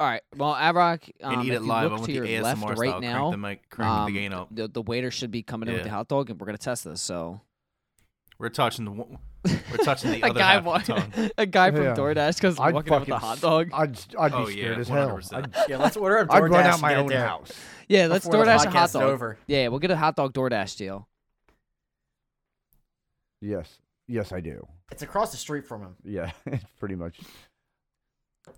A: All right. Well, Avrock, um,
D: and eat
A: if
D: it
A: you
D: live. I
A: look
D: want
A: to
D: the
A: your
D: ASMR
A: left
D: style.
A: right
D: crank
A: now,
D: the mic, crank the
A: um,
D: gain up.
A: the, the waiter should be coming in with
D: Yeah.
A: the hot dog, and we're gonna test this. So
D: We're touching the one- we're touching the
A: a
D: other
A: guy
D: half
A: wa-
D: of the tongue.
A: a guy from
B: Yeah.
A: DoorDash comes
B: I'd
A: walking in with
B: fucking
A: a hot dog.
B: I'd, I'd
D: Oh,
B: be
D: yeah,
B: scared as hell.
D: 100%.
B: I'd,
C: Yeah, let's order a DoorDash.
B: I'd run out
C: and
B: my
C: get it
B: own
C: down.
B: house.
A: yeah, let's
C: before the
A: DoorDash a
C: podcast
A: hot
C: is
A: dog.
C: Over.
A: Yeah, we'll get a hot dog DoorDash deal.
B: Yes, yes, I do.
C: It's across the street from him.
B: Yeah, it's pretty much.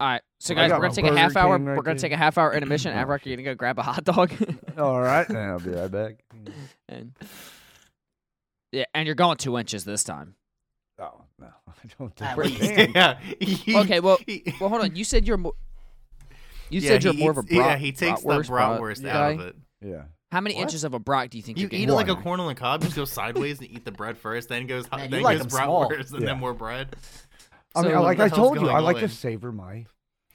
A: All right, so
B: I
A: guys,
B: got
A: we're
B: my
A: gonna take a
B: Burger
A: half hour.
B: King right
A: we're gonna
B: there.
A: take a half hour intermission.
B: Oh,
A: Avrock, you're gonna go grab a hot dog,
B: All right, then I'll be right back.
A: and yeah, and you're going two inches this time.
B: Oh no, I don't
C: At
B: think we can.
C: least.
D: yeah.
A: Oh, Okay, well-
D: he,
A: Well, hold on. You said you're more. You
D: yeah,
A: said you're
D: he
A: more of a
D: eats-
A: brat.
D: Yeah, he takes the bratwurst out of it.
B: Yeah.
A: How many
C: What?
A: inches of a brat do you think
D: You
A: you're
D: eat
A: getting?
D: it like a
B: Why?
D: corn on the cob. Just go sideways and eat the bread first, then goes
C: Man, you
D: then
C: like
D: goes
C: 'em small.
D: bratwurst, and
B: Yeah.
D: then more bread.
B: I mean,
A: So
B: I-
A: what
B: like
D: the
B: I
D: hell's
B: told you,
D: going
B: I like to
D: on?
B: savor my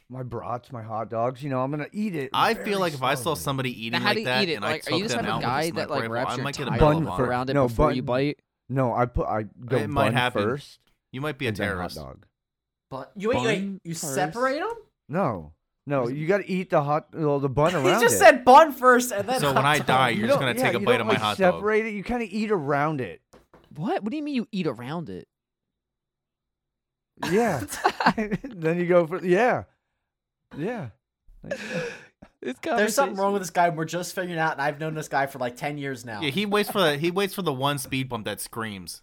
B: my brats, my hot dogs. You know, I'm gonna eat it.
D: I
B: very
D: feel like if I saw
B: slowly.
D: somebody eating
A: Now, how
D: like
A: do you
D: that,
A: eat it?
D: and
A: Like,
D: I
A: are
D: took
A: you just
D: them
A: type
D: out
A: of
D: with just
A: guy
D: my
A: that like
D: rifle,
A: wraps
D: I
A: your
D: might get a
A: tie
D: bun
A: up
D: for-
A: around it
B: no,
A: before you
B: bun-
A: bite?
B: No, I put I go
D: It might
B: bun
D: happen.
B: first.
D: You might be a
B: and then hot
D: terrorist.
B: dog.
C: But you wait, wait,
A: Bun
C: you
A: first.
C: separate them?
B: No, no, you got to eat the hot well, the bun around
C: he just
B: it.
C: said bun first, and then
D: So
C: hot
D: when I
C: dog.
D: die,
B: You
D: you're just
B: don't-
D: gonna
B: yeah,
D: take a
B: you
D: bite
B: don't,
D: of my
B: like,
D: hot dog.
B: separate it. You kind of eat around it.
A: What? What do you mean you eat around it?
B: Yeah. then you go for yeah, yeah.
A: It's
C: There's something wrong with this guy. and We're just figuring out, and I've known this guy for like ten years now.
D: Yeah, he waits for the he waits for the one speed bump that screams.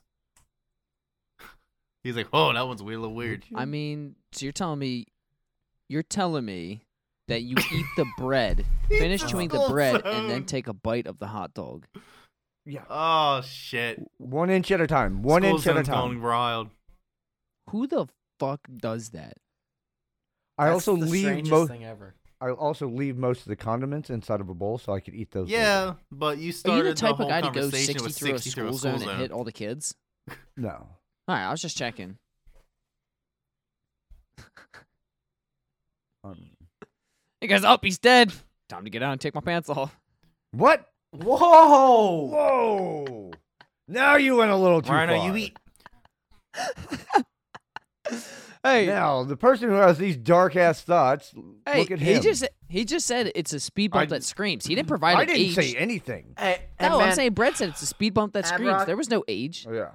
D: He's like, oh, that one's weird, a little weird.
A: I mean, so you're telling me, you're telling me that you eat the bread, finish
D: It's
A: chewing
D: a
A: the
D: school
A: bread, and then
D: zone.
A: take a bite of the hot dog.
B: yeah,
D: Oh shit!
B: one inch at a time. One
D: School
B: inch at a
D: zone's
B: time.
D: Going wild.
A: Who the fuck does that?
B: I
C: That's
B: also
C: the
B: leave
C: strangest
B: most.
C: thing ever.
B: I also leave most of the condiments inside of a bowl so I could eat those. later.
D: Yeah, but you
A: Are
D: started
A: you the type of
D: whole
A: guy to go
D: conversation
A: 60
D: with
A: through a
D: 60
A: school zone and hit all the kids?
B: No.
A: All right, I was just checking.
B: Um,
A: He goes, "Oh, he's dead. Time to get out and take my pants off."
B: what?
C: Whoa!
B: Whoa! Now you went a little too
D: Rhino,
B: far.
D: you eat.
A: Hey,
B: Now the person who has these dark ass thoughts.
A: hey,
B: look at
A: he
B: him.
A: just he just said it's a speed bump
B: I-
A: that screams. He didn't provide
B: I
A: an
B: didn't
A: age.
B: say anything.
C: Hey, and
A: no, I'm
C: man,
A: saying Brett said it's a speed bump that
C: Ad
A: screams.
C: Rock.
A: There was no age.
B: Oh, yeah,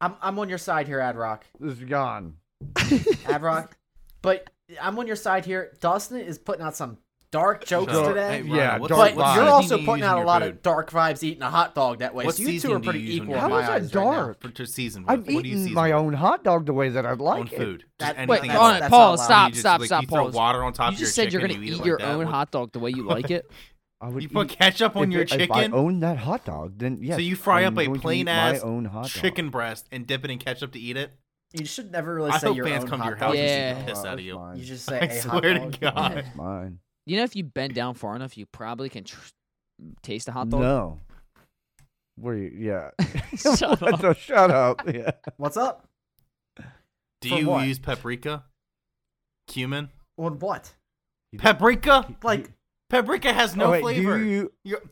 C: I'm I'm on your side here, Adrock.
B: this is gone.
C: Adrock. but I'm on your side here. Dustin is putting out some dark jokes
D: So,
C: today.
D: hey, Rhino,
B: Yeah,
D: what-
B: dark
C: But
D: what
B: vibes.
C: you're
D: seasoning do
C: also
D: you
C: putting
D: use
C: out
D: in
C: a
D: your
C: lot
D: food?
C: of dark vibes eating a hot dog that way.
D: What
C: so you two
D: seasoning
C: are
D: do
C: pretty
D: you use on
C: equal.
D: your
C: in
B: How
D: food?
C: my
B: is that
C: eyes right now.
B: dark?
D: For- to season with.
B: I've
D: what do you
B: eaten
D: season
B: my
D: with?
B: own hot dog the way that I'd like
D: on
B: it.
D: food. Just
C: That-
D: anything
A: Wait,
D: that's
A: hold on,
D: like-
C: that's
A: pause,
C: not
A: stop,
D: you just,
A: stop,
D: like,
A: stop,
D: You throw
A: pause.
D: water on top
A: you
D: of your
A: just said you're
D: chicken,
A: gonna
D: you
A: eat
D: like
A: your
D: that
A: own
D: with-
A: hot dog the way you like it.
B: I would
D: You put
B: eat-
D: ketchup on
B: if
D: your
B: it- If I
D: chicken?
B: own that hot dog, then yes.
D: so you fry
B: I'm
D: up a
B: going to
D: plain
B: eat
D: ass
B: my own hot dog.
D: chicken breast and dip it in ketchup to eat it.
C: You should never really
D: I
C: say
D: hope
C: your
D: fans
C: own
D: come to
C: hot
D: your
C: dog.
D: house and
A: Yeah.
D: shoot the piss
B: Oh,
D: out of
B: that's
D: you.
B: mine.
C: You just say,
D: I
C: "Hey, hot
D: swear
C: dog."
D: to God.
B: That's mine.
A: You know, if you bend down far enough, you probably can tr- taste a hot dog.
B: No. Where you? Yeah.
A: Shut
B: What
A: up.
B: the- shut up. Yeah.
C: What's up?
D: Do
C: For
D: you
C: what?
D: use paprika? Cumin?
C: On what?
D: Paprika?
C: Like
D: Paprika has no
B: Oh, wait,
D: flavor.
B: Do you,
D: You're-
B: do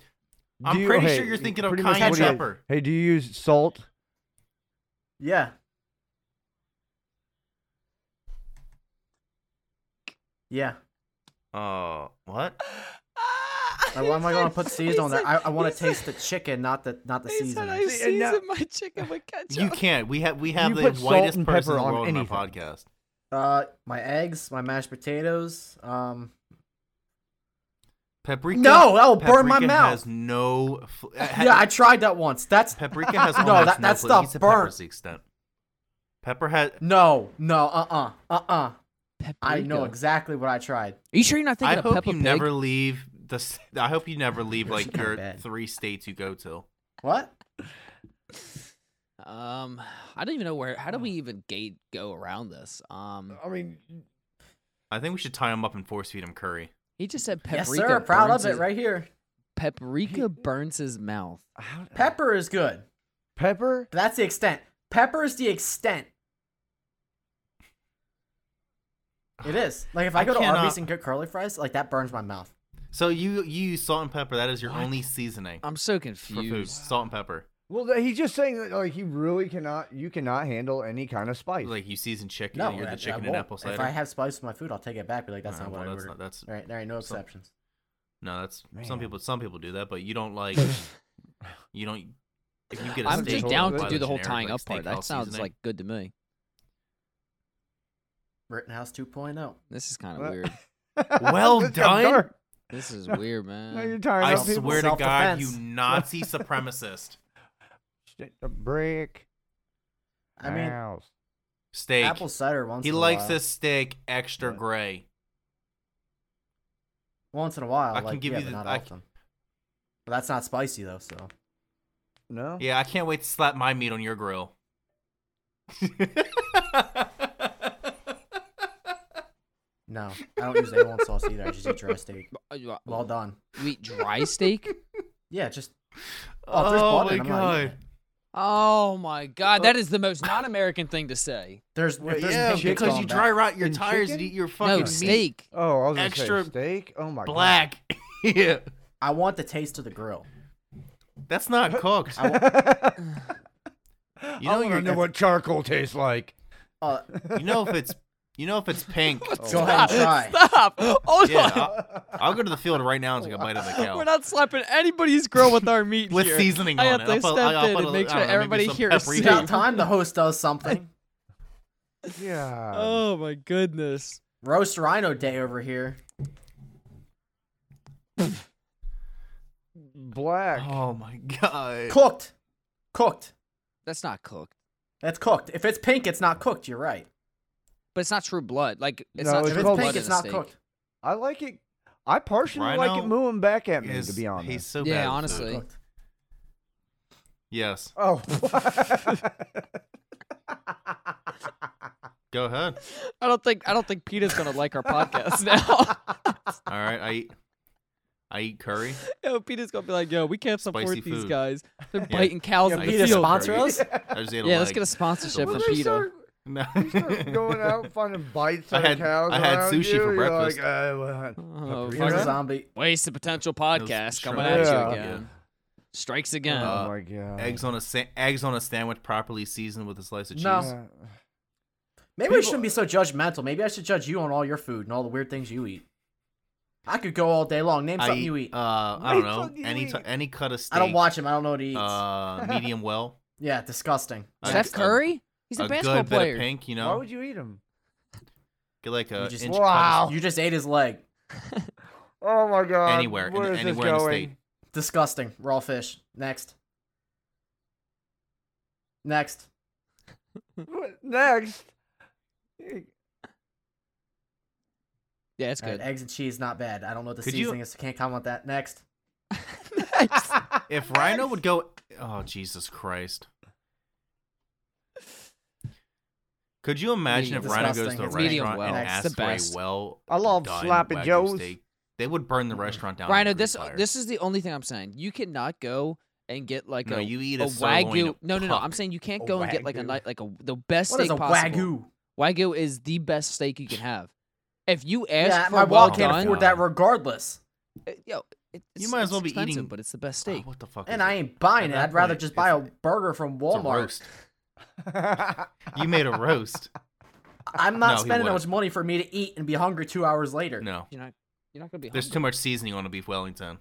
D: I'm
B: you- oh,
D: pretty
B: hey,
D: sure you're thinking of
B: pretty much
D: cayenne
B: what do you-
D: pepper.
B: Hey, do you use salt?
C: yeah. Yeah.
D: Oh, what?
C: Now, why am I gonna put season on there? I, I want to taste the chicken, not the not the season.
A: I
B: See, and now-
A: seasoned my chicken with ketchup.
D: You can't. We have we have
B: You
D: the
B: put salt
D: whitest
B: and
D: person
B: pepper
D: in the
B: on
D: world on our
B: anything.
D: podcast.
C: Uh, my eggs, my mashed potatoes. Um,
D: Paprika.
C: no, that will burn my
D: paprika
C: mouth.
D: Has no. Fl- uh,
C: Yeah, I tried that once. That's
D: Paprika has
C: No,
D: almost
C: that-
D: no
C: that
D: flavor.
C: stuff
D: He said pepper's
C: burnt.
D: the extent. Pepper has.
C: no, no, uh, uh-uh, uh, I know
A: Paprika.
C: exactly what I tried.
A: Are you sure you're not thinking
D: I
A: of
D: hope
A: Peppa
D: you
A: Pig?
D: never leave the. s- I hope you never leave like
C: Kinda
D: your
C: bad.
D: three states you go to.
C: What?
A: Um, I don't even know where. How do we even gate go around this? Um,
B: I mean,
D: I think we should tie him up and force feed him curry.
A: he just said paprika.
C: Yes, sir. Proud
A: burns
C: of it
A: his-
C: right here.
A: Paprika burns his mouth.
B: how,
C: Pepper is good.
B: pepper?
C: But that's the extent. Pepper is the extent. It is. Like if I,
D: I
C: go to
D: cannot-
C: Arby's and get curly fries, like that burns my mouth.
D: So you you use salt and pepper. That is your only seasoning
A: I'm so
D: for food.
A: confused.
D: Salt and pepper.
B: Well, th- he's just saying that like he really cannot. You cannot handle any kind of spice.
D: Like you seasoned chicken,
C: No,
D: and you're
C: I- I
D: the chicken and
C: won't.
D: apple cider.
C: If I have spice with my food, I'll take it back. Be like, that's
D: Alright,
C: not what
D: well,
C: I
D: that's not,
C: ordered.
D: that's
C: All right, there ain't no
D: some-
C: exceptions.
D: no, that's
B: Man.
D: some people. Some people do that, but you don't like. you don't. If you get a
A: I'm
D: steak,
A: just
D: you
A: down
D: buy
A: to do the whole
D: generic,
A: tying
D: like,
A: up part. That
D: steakhouse
A: sounds
D: seasoning.
A: like good to me.
C: Rittenhouse oh. 2.0.
A: This is kind of
B: Well-
A: weird.
D: Well
B: This got
D: done.
B: dark.
A: This is weird, man.
B: Now you're tiring
D: I
B: up people.
D: swear to God, you
C: Self-defense.
D: Nazi supremacist.
B: Shit, a brick.
C: I mean,
B: house.
D: Steak.
C: apple cider once
D: he
C: in a
D: likes
C: while.
D: his steak extra
B: What?
D: gray.
C: once in a while.
D: I can
C: like,
D: give
C: yeah,
D: you
C: but
D: the-
C: not
D: I can-
C: often. But that's not spicy though, so
B: no.
D: Yeah, I can't wait to slap my meat on your grill.
C: Oh, no, I don't use A1 sauce either. I just eat dry steak.
A: Uh, you-
C: Well done.
A: You eat dry steak?
C: Yeah, just Oh, if there's
D: oh
C: blood
D: my
C: in it, I'm not eating
D: god.
A: Oh my god, that is the most non-American thing to say.
C: there's if there's
D: Yeah,
C: pancakes
D: because
C: on
D: you
C: back-
D: dry rot your
B: In
D: tires and
B: chicken?
D: eat your fucking
A: No
D: meat
A: steak.
B: Oh, I was gonna
D: Extra
B: say steak. Oh my
D: black. yeah.
C: I want the taste of the grill.
D: That's not cooked.
C: I want,
B: God.
D: You know,
B: I
D: you're,
B: know what charcoal tastes like.
C: uh,
D: you know if it's you know if it's pink. Oh,
C: go ahead and try.
A: Stop! Hold
D: Yeah,
A: on.
D: I'll, I'll go to the field right now and take a bite of the cow.
A: We're not slapping anybody's grill with our meat
D: with
A: here.
D: seasoning
A: I
D: on
A: have to
D: it. I'll put-
A: step
D: I'll
A: in
D: put
A: and
D: a-
A: make
D: I
A: sure
D: don't know, maybe
A: everybody
D: some
A: here is
D: paprika.
A: safe.
C: about time the host does something.
B: Yeah.
A: Oh my goodness.
C: Roast Rhino Day over here.
B: Black.
D: Oh my god.
C: Cooked, cooked.
A: That's not cooked.
C: That's cooked. If it's pink, it's not cooked. You're right.
A: But it's not true blood. Like it's
B: No,
A: not
B: it's
C: If
A: true
C: it's
B: called
A: blood
C: pink,
A: in
C: it's
A: a
C: not
A: steak.
C: cooked.
B: I like it. I partially like
D: Rhino
B: it mooing back at me,
D: Is-
B: to be
D: He's
B: honest.
D: so
A: Yeah,
D: bad at food.
A: honestly. See?
C: Cooked.
D: Yes.
B: Oh.
D: Go ahead.
A: I don't think I don't think Peter's gonna like our podcast now.
D: All right. I eat, I eat curry.
A: Yo, Peter's gonna be like, yo, we can't support
D: Spicy
A: these
D: food.
A: guys. They're
D: Yeah.
A: biting cows
C: Yeah,
A: in
D: Peter
A: the
C: PETA
A: field.
D: spot-
C: sponsor us.
D: I just ate a
A: yeah, let's
D: leg.
A: get a sponsorship
B: When
A: from
D: Well,
B: they
A: Peter.
B: start,
D: No.
B: when they start going out finding bites
D: I
B: out
D: had-
B: of cows.
D: I had
B: around
D: sushi
B: you, you're
D: for breakfast.
B: Like, uh, well,
A: Oh,
B: Peter?
C: Here's a
A: fucking
C: zombie.
A: waste of potential
D: Those
A: podcast coming at
D: shrimp.
B: Yeah.
A: you again. Strikes again.
D: Uh,
B: oh my god.
D: Eggs on a sa- eggs on a sandwich, properly seasoned with a slice of cheese.
C: No.
B: Yeah.
C: Maybe I shouldn't be so judgmental. Maybe I should judge you on all your food and all the weird things you eat. I could go all day long. Name
D: I
C: something
D: eat,
C: you eat.
D: Uh, I
B: Wait
D: don't know.
B: till you
D: Any
B: eat.
D: t- any cut of steak.
C: I don't watch him. I don't know what he eats.
D: Uh, medium well.
C: yeah, disgusting.
D: I
A: Steph
D: just- a-
A: Curry? He's a,
D: a
A: basketball
D: good bit
A: player.
D: of pink. You
B: Why
D: know,
B: would you eat them?
D: get like a
C: You just-
D: inch cut of
B: Wow.
C: You just ate his leg.
B: Oh my god.
D: Anywhere, in-
B: Where is
D: anywhere
B: this
D: in the
B: going?
D: state.
C: Disgusting. Raw fish. Next. Next.
B: What- Next.
A: Yeah, it's
C: All right,
A: good.
C: eggs and cheese, not bad. I don't know what the
D: Could you-
C: seasoning is, so can't comment on that. Next.
D: If Rhino would go, oh Jesus Christ! Could you imagine if Rhino goes
C: Disgusting.
D: to a
C: It's
A: medium
D: restaurant
A: well. That's
D: and
A: the
D: asks for a
A: best.
D: well?
B: I love
D: done
B: Sloppy
D: Wagyu
B: Joe's.
D: steak? They would burn the
C: Mm-hmm.
D: restaurant down.
A: Rhino,
D: with a
A: this
D: fire.
A: this is the only thing I'm saying. You cannot go and get like
D: no,
A: a,
D: you eat
A: a
D: a, sirloin
A: wagyu.
D: of
A: No, no, no.
D: puck.
A: I'm saying you can't
B: A
A: go and get like a
B: Wagyu.
A: ni- like a the best
C: What is
A: steak
C: a
A: possible.
C: wagyu?
A: Wagyu is the best steak you can have. If you ask
C: Yeah,
A: for
C: my
A: well
C: wall can't
A: done,
C: afford that regardless.
A: it- yo, it- it's,
D: You might as well
A: it's
D: be
A: expensive,
D: eating-
A: but it's the best
D: Oh,
A: steak.
D: what the fuck?
C: And
D: is
C: I
D: it?
C: ain't buying
D: At
C: it.
D: that
C: I'd rather
D: point,
C: just buy a
D: it's-
C: burger from
D: It's a
C: Walmart.
D: roast. You made a roast.
C: I'm
D: No,
C: not
D: he
C: spending that
D: wouldn't.
C: much money for me to eat and be hungry two hours later.
D: No,
A: You're not you're not gonna be.
D: there's too
A: hungry.
D: much seasoning on a beef Wellington.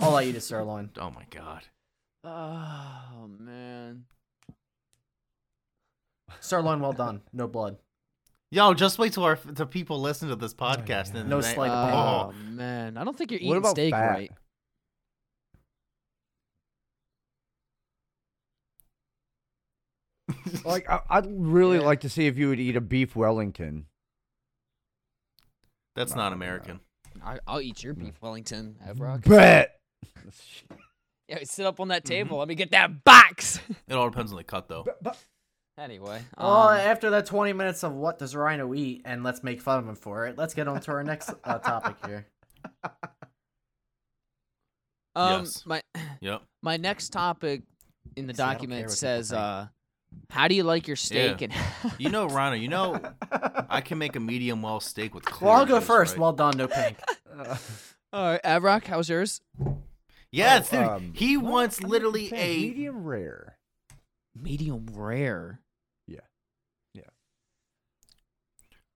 C: All I eat is sirloin.
D: Oh my god.
A: Oh man.
C: Sirloin well done. No blood.
D: Yo, just wait till our till people listen to this
B: Oh
D: podcast and
C: No
D: they-
C: slight of
A: oh
D: Oh,
A: man, I don't think you're
B: what
A: eating
B: about
A: steak
B: fat?
A: right.
B: Like I, I'd really
A: Yeah.
B: like to see if you would eat a beef Wellington.
D: that's not American.
A: I, I'll eat your beef Wellington,
C: Mm-hmm.
A: Evrock.
B: Bet.
A: Yeah, sit up on that table. Let me get that box.
D: It all depends on the cut, though.
A: anyway,
C: well,
A: um,
C: after the 20 minutes of what does Rhino eat, and let's make fun of him for it, let's get on to our next uh, topic here.
A: um,
D: Yes.
A: my
D: Yep.
A: my next topic in the
C: See, I don't care
A: document
C: what people
A: says,
C: think.
A: uh, "How do you like your steak?" And
D: You know, Rhino. You know, I can make a medium well steak with.
C: Well,
D: clear
C: I'll go
D: juice,
C: first.
D: right?
C: Well done. No pink.
A: all right, Evrock, how's yours?
D: Yes, dude.
B: um,
D: he
B: well,
D: wants
B: I'm
D: literally
B: saying
D: a.
B: medium rare.
A: Medium rare.
B: Yeah. Yeah.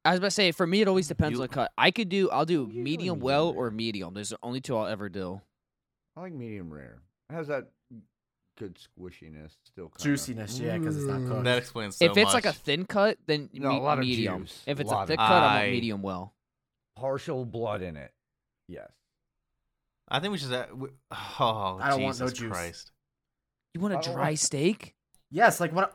A: I was about to say, for me, it always depends
D: You-
A: on cut. I could do, I'll do
B: Medium or
A: medium
B: medium
A: well
B: rare?
A: or medium. Those are the only two I'll ever do.
B: I like medium rare. It has that good squishiness still. Kinda.
C: Juiciness, yeah, because it's not cooked.
D: That explains so
A: if it's
D: much.
A: like a thin cut, then
B: No,
A: me-
B: a lot of
A: medium.
B: juice.
A: If
B: A
A: it's a,
B: lot of
A: thick cut, I
D: juice.
A: want medium well.
B: Partial blood in it. Yes.
D: I think we should. a- we- Oh,
C: I don't want
D: Jesus
C: no juice.
D: Christ.
A: You want
B: I
A: a
B: don't
A: dry
B: like-
A: steak?
C: Yes, like what?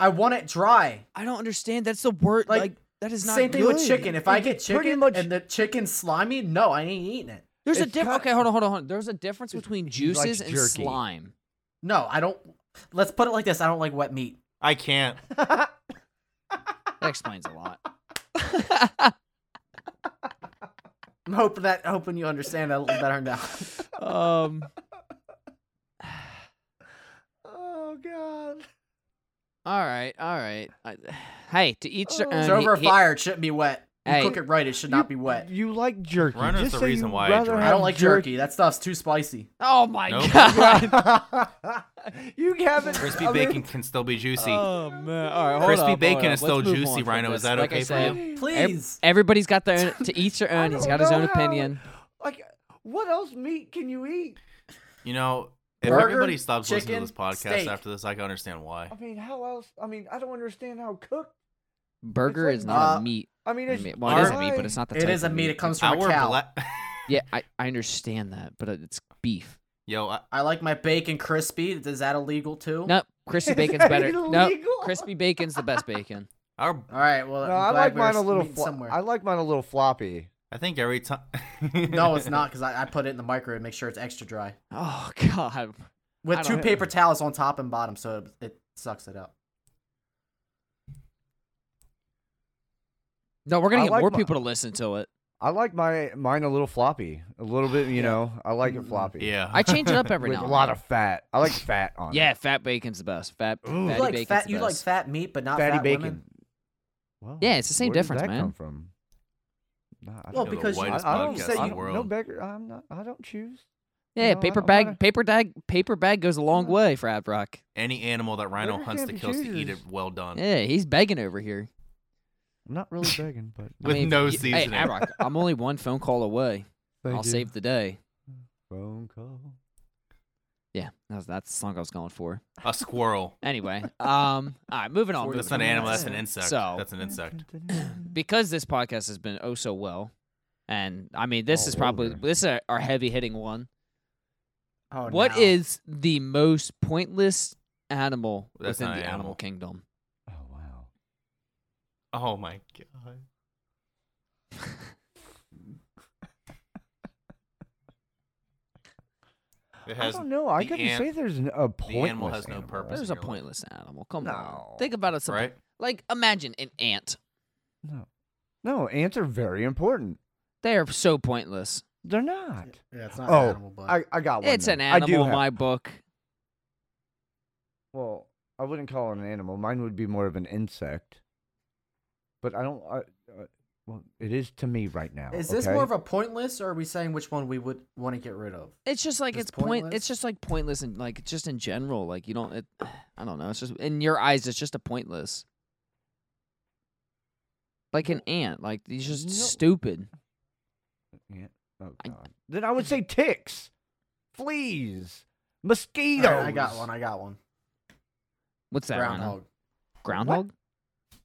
C: I, I want it dry.
A: I don't understand. That's the word. Like,
C: Like,
A: that is not
C: Same thing with
A: good.
C: chicken. If I
B: It's
C: get
B: pretty
C: chicken
B: much-
C: and the chicken's slimy, no, I ain't eating it.
A: There's a
B: It's
A: difference.
B: cut-
A: Okay, hold on, hold on, hold on. There's a difference
B: It's-
A: between
B: he likes
A: juices and
B: jerky.
A: slime.
C: No, I don't. Let's put it like this: I don't like wet meat.
D: I can't.
A: That explains a lot.
C: I'm hoping that hoping you understand that a little better now.
A: um,
B: Oh God.
A: all right, all right. I, hey, to each their
B: Oh.
A: own.
C: it's
B: Um,
C: over a
A: He- he-
C: fire; it shouldn't be wet. You
A: Hey.
C: cook it right; it should
B: You-
C: not be wet.
B: You like jerky.
D: Runner's
B: Just
D: the
B: say
D: reason
B: you
D: why I
B: rather
D: drink.
C: I
B: have
C: don't like
B: jerky.
C: jerky. That stuff's too spicy.
A: Oh my
D: Nope.
A: god.
B: you haven't
D: Crispy
B: I mean,
D: bacon can still be juicy.
C: uh,
A: Oh man. All right, hold
D: Crispy
A: up, hold
D: bacon
A: up.
D: is still
A: Let's move
D: juicy,
A: on from
D: Rhino. Is
A: this.
D: that
A: like I
D: okay for
A: said,
D: you?
C: Please,
A: Everybody's got their own, to each their
B: I
A: own. He's
B: don't
A: got his own
B: know how-
A: opinion.
B: Like, what else meat can you eat?
D: You know, if
C: Burger,
D: everybody stops listening to
C: chicken,
D: this podcast
C: steak.
D: after this, I can understand why.
B: I mean, how else? I mean, I don't understand how cooked.
A: Burger
B: like-
A: is not
C: Uh,
A: a meat.
B: I mean, it's
A: meat- Well, it is a meat, but
B: fine.
A: it's not the
C: it
A: type
C: is a
A: of
C: meat. It comes from
D: Our
C: a cow.
D: black.
A: Yeah, I, I understand that, but it's beef.
D: Yo, I,
C: I like my bacon crispy. Is that illegal too?
A: No, crispy
B: Is
A: bacon's
B: that
A: better. No,
B: illegal?
A: crispy bacon's the best bacon.
D: our,
C: All right. Well,
B: No, I
C: I'm glad
B: like
C: we're
B: mine a little.
C: meeting
B: flo-
C: somewhere.
B: I like mine a little floppy.
D: I think every time.
C: no, it's not because I, I put it in the microwave. Make sure it's extra dry
A: Oh god. I
C: with
A: don't-
C: two paper towels on top and bottom, so it, it sucks it up.
A: No, we're gonna
B: I
A: get
B: like
A: more
B: my-
A: people to listen to it.
B: I like my mine a little floppy. A little bit, you know. I like it
C: Mm.
B: floppy.
D: Yeah.
A: I change it up every
B: With
A: now.
B: a
A: and
B: lot
A: then.
B: of fat. I like fat on.
A: Yeah,
B: it.
A: fat bacon's the best. Fat
B: Ooh. You
A: fatty
C: You like
A: bacon's
C: fat?
A: the
C: You like
A: best.
C: fat meat, but not
B: fatty
C: fat
B: bacon.
C: women?
B: Wow.
A: Yeah, it's the same
B: Where did
A: difference,
B: that
A: man.
B: Come from? Nah, I
C: Well,
B: don't-
C: because
B: I,
C: you-
D: whitest
B: I don't
D: podcast
B: say
D: in the
B: you, no
D: world.
B: beggar. I'm not. I don't choose.
A: Yeah,
B: No, I
A: paper
B: don't
A: bag,
B: wanna-
A: paper bag, paper bag goes a
C: Mm.
A: long way for Ad Rock.
D: Any animal that Rhino
B: Burger
D: hunts
B: can't
D: to
B: be
D: kills to eat it
B: choosers.
D: well done.
A: Yeah, he's begging over here.
B: I'm not really begging, but
A: I
D: With
A: mean, if
D: no
A: you-
D: seasoning.
A: Hey, Ad Rock, I'm only one phone call away.
B: Thank
A: I'll
B: you.
A: save the day.
B: phone call.
A: Yeah, that's that's the song I was going for.
D: A squirrel.
A: Anyway, um, all right, moving on. moving
D: That's not an
A: on.
D: animal. That's an insect.
A: So-
D: that's an insect.
A: because this podcast has been oh so well, and I mean this
B: All
A: is probably
B: over.
A: this is our- our heavy hitting one.
C: Oh,
A: What
C: no.
A: is the most pointless animal
D: That's
A: within
D: not
A: the
D: an
A: animal
D: animal.
A: kingdom?
B: oh wow.
D: Oh my god. It
B: I
D: has.
B: don't know. I
D: the
B: couldn't
D: an-
B: say there's n- a point.
D: animal has no purpose.
A: There's a
D: in your life.
A: pointless animal. Come
B: No.
A: on, think about it. Some,
D: Right?
A: Like imagine an ant.
B: No, no. Ants are very important.
A: They are so pointless.
B: They're not.
C: Yeah, it's not an
B: Oh,
C: animal, but
B: I, I got one.
A: It's
B: then.
A: an
B: I do
A: animal in
B: have-
A: my book.
B: Well, I wouldn't call it an animal. Mine would be more of an insect. But I don't. I, uh, well, it is to me right now.
C: is this
B: okay?
C: more of a pointless, or are we saying which one we would want to get rid of?
A: It's just like
C: Just
A: it's point.
C: pointless?
A: It's just like pointless and like just in general. Like you don't. It, I don't know. It's just in your eyes. It's just a pointless. Like an ant. Like he's just
B: No.
A: stupid.
B: Yeah. Oh
A: I-
B: God. then I would say ticks, fleas, mosquitoes.
C: Alright, I got one. I got one.
A: What's that? Rhino?
C: Groundhog.
A: Groundhog.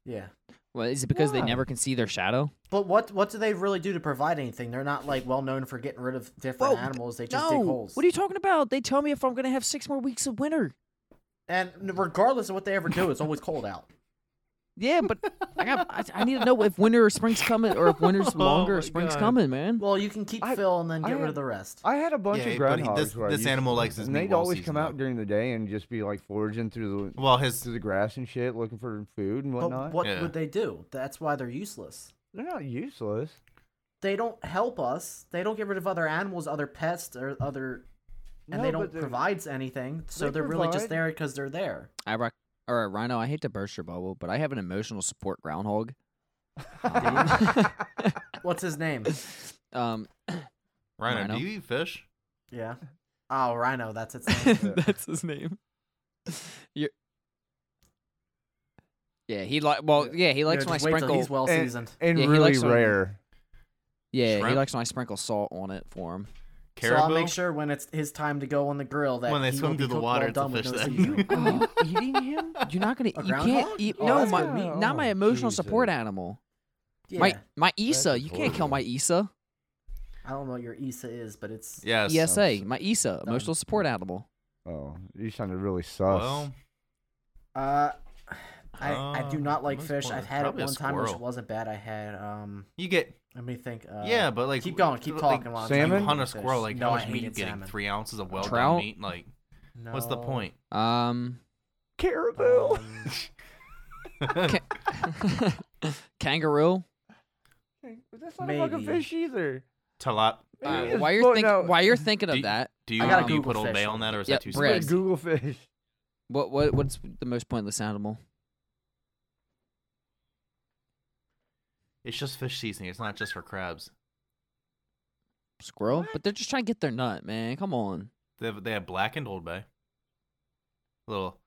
C: Yeah.
A: Well, is it because they
B: Why?
A: never can see their shadow?
C: But what what do they really do to provide anything? They're not like well known for getting rid of different
A: Whoa,
C: animals. They just dig holes.
A: What are you talking about? They tell me if I'm gonna have six more weeks of winter.
C: and regardless of what they ever do, it's always cold out.
A: Yeah, but I got. I, I need to know if winter or spring's coming, or if winter's
D: Oh
A: longer
D: my
A: or spring's
D: God.
A: coming, man.
C: Well, you can keep
B: I-
C: Phil and then
B: I
C: get rid
B: am-
C: of the rest.
B: I had a bunch
D: Yeah,
B: of
D: but he-
B: groundhogs.
D: this-
B: where I
D: this
B: used to
D: animal
B: live,
D: likes his
B: and
D: meat
B: they'd
D: well
B: always come
D: seasoned
B: out
D: up.
B: during the day and just be like foraging through the
D: Well, his
B: through the grass and shit, looking for food and
C: But
B: whatnot.
C: what
D: Yeah.
C: would they do? That's why they're useless.
B: They're not useless.
C: They don't help us. They don't get rid of other animals, other pests, or other, and
B: No,
C: they
B: but
C: don't
B: they're-
C: provide anything. So
B: they
C: they are really just
B: provide.
C: there because they're there.
A: I rock. Or Rhino, I hate to burst your bubble, but I have an emotional support groundhog. Um,
C: What's his name?
A: um,
D: Rhino,
A: Rhino.
D: do you eat fish?
C: Yeah. Oh, Rhino, that's its name.
A: That's his name. you yeah, he like well, yeah, he likes
C: Yeah,
A: when I
C: just wait till
A: sprinkle.
C: He's well
D: eh,
B: And-
C: seasoned.
B: and
A: Yeah, he
B: really
A: likes when-
B: rare.
A: yeah, he
D: Shrimp?
A: likes when I sprinkle salt on it for him.
C: So I'll
D: Caribou.
C: make sure when it's his time to go on the grill that
D: When they
C: he
D: swim
C: will
D: through
C: be
D: the
C: cooked
D: water,
C: well
D: it's a
C: done with
D: fish
C: no
D: then.
C: seasoning.
B: Are you eating him?
A: You're not gonna.
C: A
A: you can't
C: groundhog?
A: eat.
C: Oh,
A: no,
C: that's
A: my
C: good
B: meat.
A: not my
B: Oh,
A: emotional
B: Jesus.
A: support animal.
C: Yeah,
A: My my Issa.
B: That's
A: You can't kill my Issa.
C: I don't know what your Issa is, but it's
D: Yes.
A: ESA. My Issa. Emotional support animal.
B: Oh, you sounded really sus.
D: Well,
C: Uh, I, I do
D: Um,
C: not like
D: most
C: fish.
D: pork.
C: I've had it
D: Probably a
C: one time, which
D: squirrel.
C: wasn't bad. I had um,
D: you get
C: let me think. Uh,
D: yeah, but like
C: keep going, keep
D: like,
C: talking. while I'm
D: you
C: trying to
B: Salmon?
C: think
D: hunt a
C: of fish.
D: squirrel, like
C: no,
D: how
C: I
D: much meat you
C: hated
D: getting?
C: salmon.
D: Three ounces of well
A: Trout?
D: done meat. Like, what's the
C: No.
D: point?
A: Um,
B: Caribou.
C: Um,
A: kangaroo.
B: That's not a fucking
C: maybe.
B: fish either.
D: Talot.
B: Maybe
A: Uh,
B: it's
A: while you're
B: floating
A: think,
B: out-
A: while you're thinking of
D: Do-
A: that,
D: Do you,
C: I gotta
D: do you
C: Google
D: put Old
C: fish
D: Bay
C: on
D: on that, or is
A: Yeah,
D: that too
A: bread.
D: spicy?
A: Yes.
B: Google fish.
A: what what what's the most pointless animal?
D: It's just fish seasoning. It's not just for crabs.
A: Squirrel. But they're just trying to get their nut, man. Come on.
D: They have, they have blackened Old Bay. Little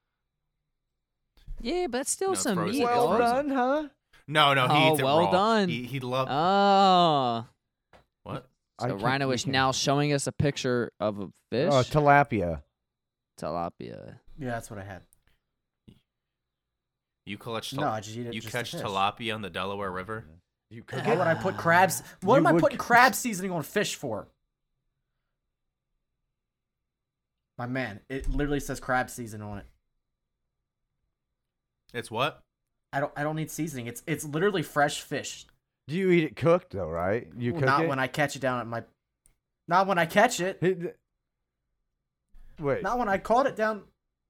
A: Yeah, but that's still
D: No, it's
A: some
D: frozen.
A: meat.
D: Well
A: dog.
D: frozen.
B: huh?
D: no, no. He
A: Oh,
D: eats it
A: well
D: raw.
A: done.
D: He, he loved
A: Oh.
D: what?
B: I
A: So
B: can't-
A: Rhino
B: we
A: is
B: can't-
A: now showing us a picture of a
B: Oh,
A: fish.
B: tilapia.
A: tilapia.
C: yeah, that's what I had.
D: You catch
C: No, I just eat it.
D: you
C: just a
D: catch
C: fish.
D: tilapia on the Delaware River.
B: You cook
C: Why
B: it?
C: would I put crabs? What
B: You
C: am I
B: would
C: putting
B: cook-
C: crab seasoning on fish for? My man, it literally says crab season on it.
D: It's what?
C: I don't. I don't need seasoning. It's it's literally fresh fish.
B: Do you eat it cooked though, right? You
C: Well,
B: cook
C: not
B: it.
C: when I catch it down at my. Not when I catch it.
B: Hit the- Wait.
C: Not when I caught it down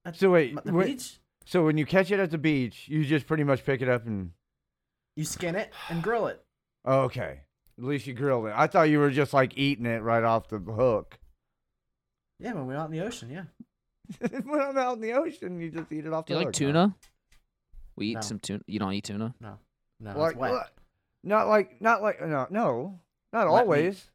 C: at
B: So wait,
C: m- the
B: wait.
C: beach.
B: So when you catch it at the beach, you just pretty much pick it up and
C: You skin it and grill it.
B: oh, okay. At least you grilled it. I thought you were just like eating it right off the hook.
C: Yeah, when we're out in the ocean, yeah.
B: when I'm out in the ocean, you just eat it off
A: Do
B: the
A: you like
B: hook.
A: tuna? We eat
C: No.
A: some tuna. You don't eat tuna?
C: No, no,
B: Like,
C: it's wet.
B: what? Not like, not like, no, no, not
C: Wet meat.
B: always.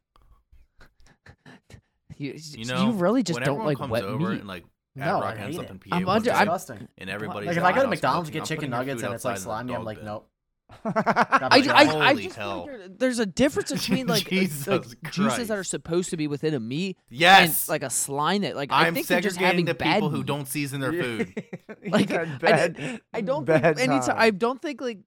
A: You,
D: You
A: you
D: know,
A: really just
D: when
A: don't
D: everyone
A: like
D: comes
A: wet
D: over
A: meat.
D: and like
C: No,
D: Ad
C: I
D: Rock ends
C: hate
D: up
C: it.
D: in PA
A: I'm
D: one
A: under-
D: day,
A: I'm-
C: Disgusting.
D: and everybody's
C: Like if I go to
D: "Wow, it's
C: McDonald's to
D: cooking.
C: get
D: I'm
C: chicken
D: putting your
C: nuggets
D: food
C: and it's like
D: outside in the
C: slimy, I'm
D: dog
C: like,
D: bin.
C: nope.
A: I, ju- I, I
D: Holy
A: just
D: hell.
A: figured there's a difference between like, uh,
D: Jesus
A: like juices
D: Christ.
A: that are supposed to be within a meat
D: Yes,
A: and like a slime that like I
D: I'm
A: think they're just having
D: segregating the
A: bad
D: people who
A: meat.
D: don't season their food.
A: like
B: He's
A: I,
B: had
A: don't-
B: bad-
A: I don't
B: bad
A: think anytime
B: time.
A: I don't think like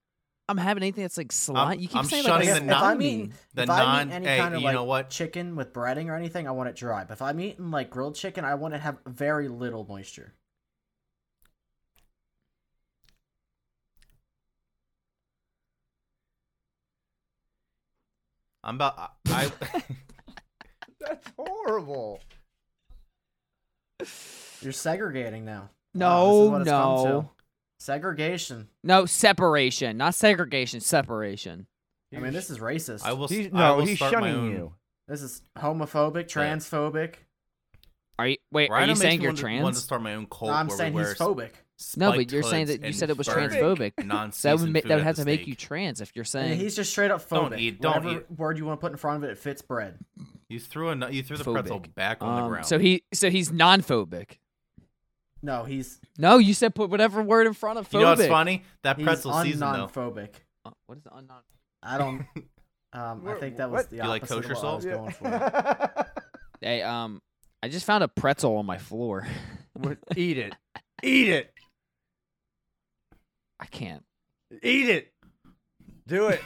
A: I'm having anything that's like slime. you keep
D: I'm
A: saying
D: shutting
A: like
D: the
A: a
C: If
D: non-
C: I'm
A: slimy.
C: eating,
D: the
C: if I'm eating
D: non-
C: any
D: hey,
C: kind of
D: you
C: like
D: know what?
C: chicken with breading or anything, I want it dry. But if I'm eating like grilled chicken, I want it to have very little moisture.
D: I'm about. I, I
B: That's horrible.
C: You're segregating now. Wow, this is
A: No,
C: what it's come to.
A: no,
C: Segregation.
A: no separation, not segregation, separation.
C: I mean, this is racist.
D: I will. s-
B: He's,
D: I
B: no,
D: will
B: he's
D: start my
B: shunning
D: own-
B: you.
C: This is homophobic, transphobic.
A: Are you wait?
D: Rhino
A: are you
D: makes
A: saying
D: me
A: you're
D: want to- want to
A: trans?
D: start my own cult
C: No, I'm
D: where we
C: saying
D: wear
C: he's phobic.
A: No, but you're
D: spiked
A: saying
D: hoods
A: that you
D: and
A: said it was
D: burn
A: transphobic. That would
D: non-seasoned
A: make that
D: food
A: would
D: at
A: have
D: the
A: to make
D: stake.
A: you trans if you're
C: I mean,
A: saying
C: he's just straight up phobic.
D: Don't eat- don't
C: Whatever word you want to put in front of it, it fits bread.
D: You threw a nu- you threw the pretzel
A: Phobic.
D: back on the
A: um,
D: ground.
A: So he so he's non-phobic.
C: No, he's
A: No, you said put whatever word in front of phobic.
D: you know what's funny? That
C: he's
D: pretzel season though.
C: non-phobic.
A: Uh, What is un- non-
C: I don't. Um, I
B: Wha-
C: think that was
B: what?
C: the
D: You like
C: opposite
D: kosher
C: of
D: salt?
C: what I was
B: Yeah.
C: going for.
A: Hey, um, I just found a pretzel on my floor.
B: What- Eat it. Eat it.
A: I can't.
B: Eat it. Do it.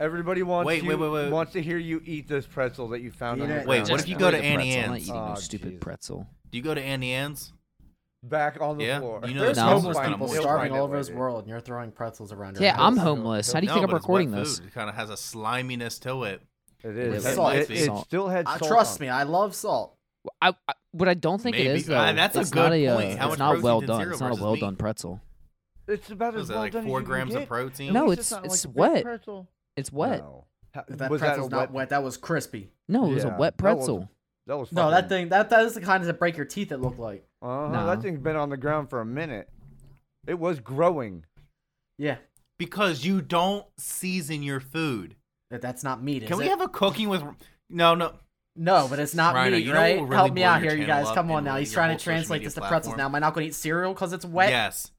B: Everybody wants
D: Wait,
B: you,
D: wait, wait, wait.
B: wants to hear you eat this pretzel that you found.
C: Eat
B: on your
C: it.
D: Wait,
B: ground.
D: what
A: Just
D: if you
A: enjoy
D: go to
A: the
D: Annie
A: pretzel. I'm not
D: Ann's?
A: eating no
B: Oh,
A: stupid
B: Jesus.
A: pretzel.
D: Do you go to Annie Ann's?
B: back on the
D: Yeah,
B: floor?
D: you know
C: There's
A: No.
C: homeless
D: Kinda
C: people
D: moist.
C: starving all over
B: his
C: this world, and you're throwing pretzels around. your
A: Yeah,
C: house.
A: I'm homeless. How do you
D: no,
A: think I'm
D: but it's wet
A: recording this?
D: Food. It kind of has a sliminess to it.
B: It
A: It
B: is.
C: was
B: It-
C: salt.
B: It, it
A: Salt.
B: still had
C: I,
B: salt.
C: trust
B: on it.
C: me, I love salt.
A: I, I what I don't think it
D: Maybe.
A: is though.
D: Ah, that's a
A: it's not
D: good
A: uh,
D: point. How
A: it's
D: much
A: not
D: protein
A: well
D: did
A: done.
D: zero
A: It's not a
D: versus
A: well
D: meat?
A: done pretzel.
B: It's about
D: What
B: as
D: is that,
B: well
D: like
B: done as
D: four
B: you can
D: grams
B: get.
D: of protein?
A: No,
B: At least
A: it's-
B: not
A: it's
B: a baked
A: wet.
B: pretzel.
A: It's wet.
B: No. Ha-
C: If that
B: was that a
C: pretzel's not
B: wet?
C: wet. That was crispy.
A: No, it was
B: Yeah.
A: a wet
B: That was-
A: pretzel.
B: That was
C: No, that
B: fucking-
C: thing that that is the kind that break your teeth. It looked like.
B: Uh-huh,
A: Nah.
B: That thing's been on the ground for a minute. It was growing.
C: Yeah,
D: Because you don't season your food.
C: that, that's not meat. Is
D: Can we
C: it?
D: have a cooking with? No, no.
C: No, but it's not
D: Rhino,
C: me,
D: you know what
C: right?
D: will really
C: Help me
D: blow
C: out
D: your
C: here, you
D: channel
C: guys.
D: up
C: Come on
D: and
C: now. He's
D: your
C: trying
D: whole
C: to translate
D: social
C: this to
D: media
C: pretzels now.
D: platform?
C: Am I not going to eat cereal because it's wet?
D: Yes.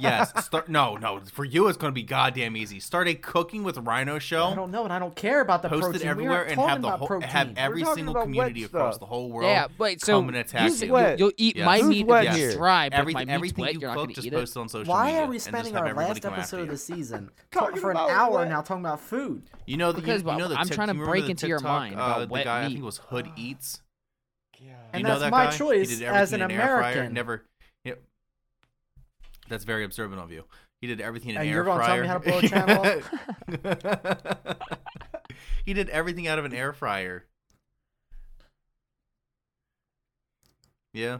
D: Yes. Start. No, no. For you, it's going to be goddamn easy. Start a cooking with Rhino
C: I
D: show.
C: don't know, and I don't care about the
D: Post
C: protein.
D: it
C: We
D: everywhere
C: aren't
D: and
C: talking
D: have the
C: about
D: whole,
C: protein.
D: have every
B: talking
D: single
B: about wet
D: community across
B: stuff.
D: the whole world.
A: Yeah, wait. So
D: come and attack
A: who's
D: you.
B: wet?
A: will eat
D: Yes.
A: my
B: Who's
A: meat
B: wet
A: that's
B: here?
A: dry, but if
D: Everything,
A: my meat's
D: everything
A: wet.
D: you
A: You're not
D: cook,
A: going to
D: just
A: eat
D: post
A: it.
D: it on social
C: Why
D: media.
C: are we
D: and just
C: spending
D: have
C: our
D: everybody
C: last
D: come after
C: episode
D: you.
C: of the season
B: Talking
C: for an
B: about
C: hour
B: what?
C: now talking about food?
D: You know, the,
A: Because,
D: you know the
A: I'm
D: Tik-
A: trying to
D: you remember
A: break
D: the
A: into your
D: TikTok,
A: mind
D: uh,
A: about
D: the
A: wet
D: guy, I
A: meat.
D: think it was Hood Eats. you
C: And
D: know
C: that's
D: that
C: my
D: guy? He
C: choice
D: did
C: as
D: everything
C: an
D: in air fryer,
C: American.
D: Never. yeah. That's very observant of you. He did everything in an
C: And
D: air
C: you're gonna tell
D: fryer.
C: me how to blow a channel
D: he did everything out of an air fryer. Yeah.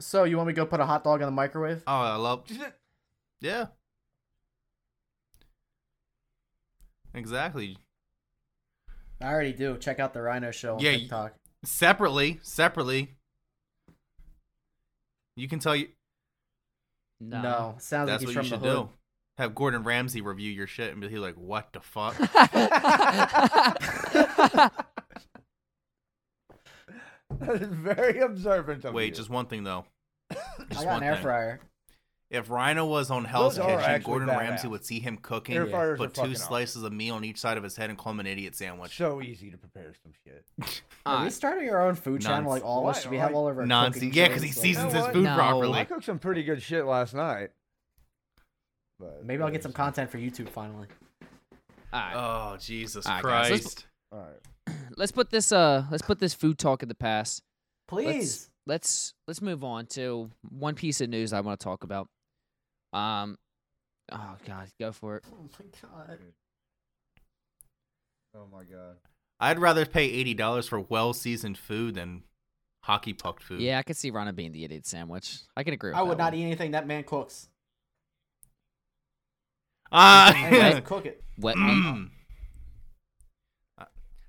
C: So you want me to go put a hot dog in the microwave?
D: Oh, I love. Yeah. Exactly.
C: I already do. Check out the Rhino Show on
D: Yeah, you-
C: TikTok.
D: Separately, separately. You can tell you.
C: No. sounds
D: That's what
C: like he's
D: you
C: from
D: should
C: the hood.
D: do. Have Gordon Ramsay review your shit and be like, "What the fuck."
B: That is very observant of you.
D: Wait, just one thing though. Just
C: I got
D: one
C: an air
D: thing.
C: fryer.
D: If Rhino was on Hell's
B: Those are
D: Kitchen,
B: actually
D: Gordon
B: badass.
D: Ramsay would see him cooking,
B: Air fryers are
D: put
B: fucking
D: two
B: awesome.
D: slices of meat on each side of his head, and call him an idiot sandwich.
B: so easy to prepare some shit.
C: Are we
A: Alright,
C: starting our own food channel
D: Nonsense.
C: like all of us?
B: Why-
C: Should we have
B: why-
C: all of our
D: Nonsense.
C: cooking
D: Yeah, 'cause he
C: shows, like-
D: seasons
B: You know
D: his
B: what?
D: food
A: No.
B: Well, I
D: properly.
B: cooked some pretty good shit last night. But
C: Maybe I'll get some
B: there's-
C: content for YouTube finally.
A: alright.
D: Oh Jesus
A: All right, guys, let's-
D: Christ!
B: All right.
A: let's put this uh let's put this food talk in the past.
C: Please.
A: Let's let's move on to one piece of news I want to talk about. Um oh god, go for it.
C: Oh my god.
B: Oh my god.
D: I'd rather pay eighty dollars for well-seasoned food than hockey puck food.
A: Yeah, I could see Rana being the idiot sandwich. I can agree with
C: I would
A: that
C: not
A: one.
C: eat anything that man cooks. Man
D: Ah.
C: doesn't cook it.
A: wet meat.
D: Mm.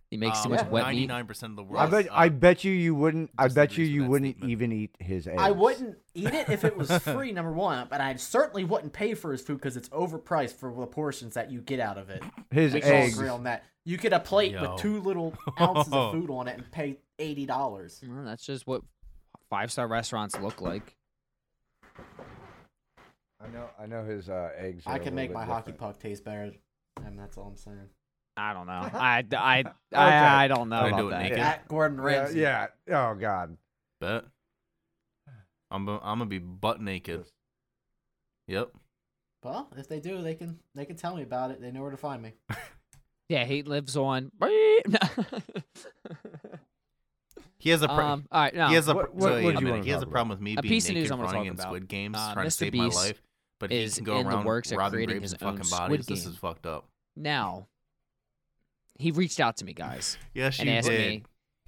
A: He makes too
D: Um,
A: much
C: Oh, yeah,
A: wet meat.
D: Ninety-nine percent of the world.
B: I bet.
D: uh,
B: I bet you you wouldn't. I
D: just
B: bet you
D: agrees with
B: you
D: that
B: wouldn't
D: statement.
B: even eat his eggs.
C: I wouldn't eat it if it was free, number one, but I certainly wouldn't pay for his food because it's overpriced for the portions that you get out of it.
B: His
C: We can all
B: eggs.
C: agree on that. You get a plate
D: Yo.
C: with two little ounces of food on it and pay eighty dollars.
A: Well, that's just what five star restaurants look like.
B: I know. I know his uh, eggs.
C: I
B: are a
C: can
B: little
C: make
B: bit
C: my hockey
B: different.
C: puck taste better, and that's all I'm saying.
A: I don't know. I I I,
B: Okay.
A: I don't know
D: Don't
A: about
D: do it
A: that.
D: naked.
C: At Gordon
B: Yeah,
C: Ramsay.
B: yeah. Oh god.
D: Bet. I'm. bu- I'm gonna be butt naked. Yep.
C: Well, if they do, they can they can tell me about it. They know where to find me.
A: Yeah, he lives on.
D: He has a. Pr-
A: um, all right, no.
D: he has a. pr-
B: What- what-
D: so,
B: what
D: yeah,
B: do
D: a
B: you
D: minute.
B: wanna
D: He has a
B: talk about?
D: problem with me
A: A
D: being
A: piece of
D: naked
A: news I wanna
D: running
A: talk
D: in
A: about.
D: Squid Games,
A: Uh,
D: trying to
A: Mr.
D: save my
A: Beast
D: life. But he
A: is
D: can go
A: in the
D: around
A: works at
D: robbing
A: creating
D: grapes
A: his
D: and
A: own
D: fucking
A: Squid
D: bodies. This
A: Game.
D: is fucked up.
A: Now, he reached out to me, guys,
D: Yes,
A: and
D: you
A: asked
D: did.
A: me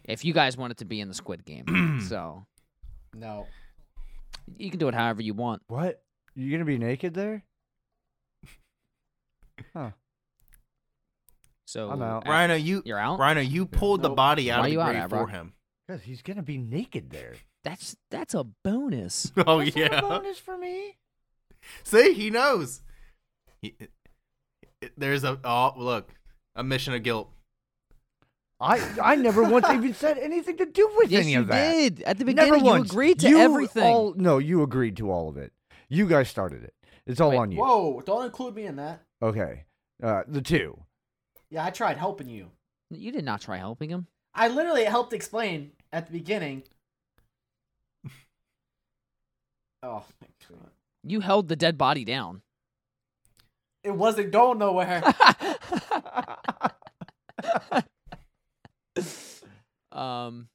A: if you guys wanted to be in the Squid Game. so
C: No,
A: you can do it however you want.
B: What? You gonna be naked there?
A: So
B: I'm out.
A: uh,
D: Rhino, you.
A: You're out.
D: Rhino, you pulled the
C: Nope.
D: body out
A: Why
D: of the
A: you out,
D: grave
A: Abra?
D: for him.
B: Cause he's gonna be naked there.
A: That's that's a bonus.
D: Oh
B: That's not a
D: yeah.
B: bonus for me.
D: See, he knows. He, it- it- there's a oh look, a mission of guilt.
B: I I never once even said anything to do with
A: yes,
B: any
A: you
B: of that.
A: did at the
B: Never
A: beginning. You
B: once.
A: agreed to
B: You
A: everything.
B: all- no, you agreed to all of it. You guys started it. It's all
A: Wait,
B: on you.
C: whoa! Don't include me in that.
B: Okay. Uh, the two.
C: Yeah, I tried helping you.
A: You did not try helping him.
C: I literally helped explain at the beginning. Oh my god!
A: You held the dead body down.
C: It wasn't going nowhere.
A: um.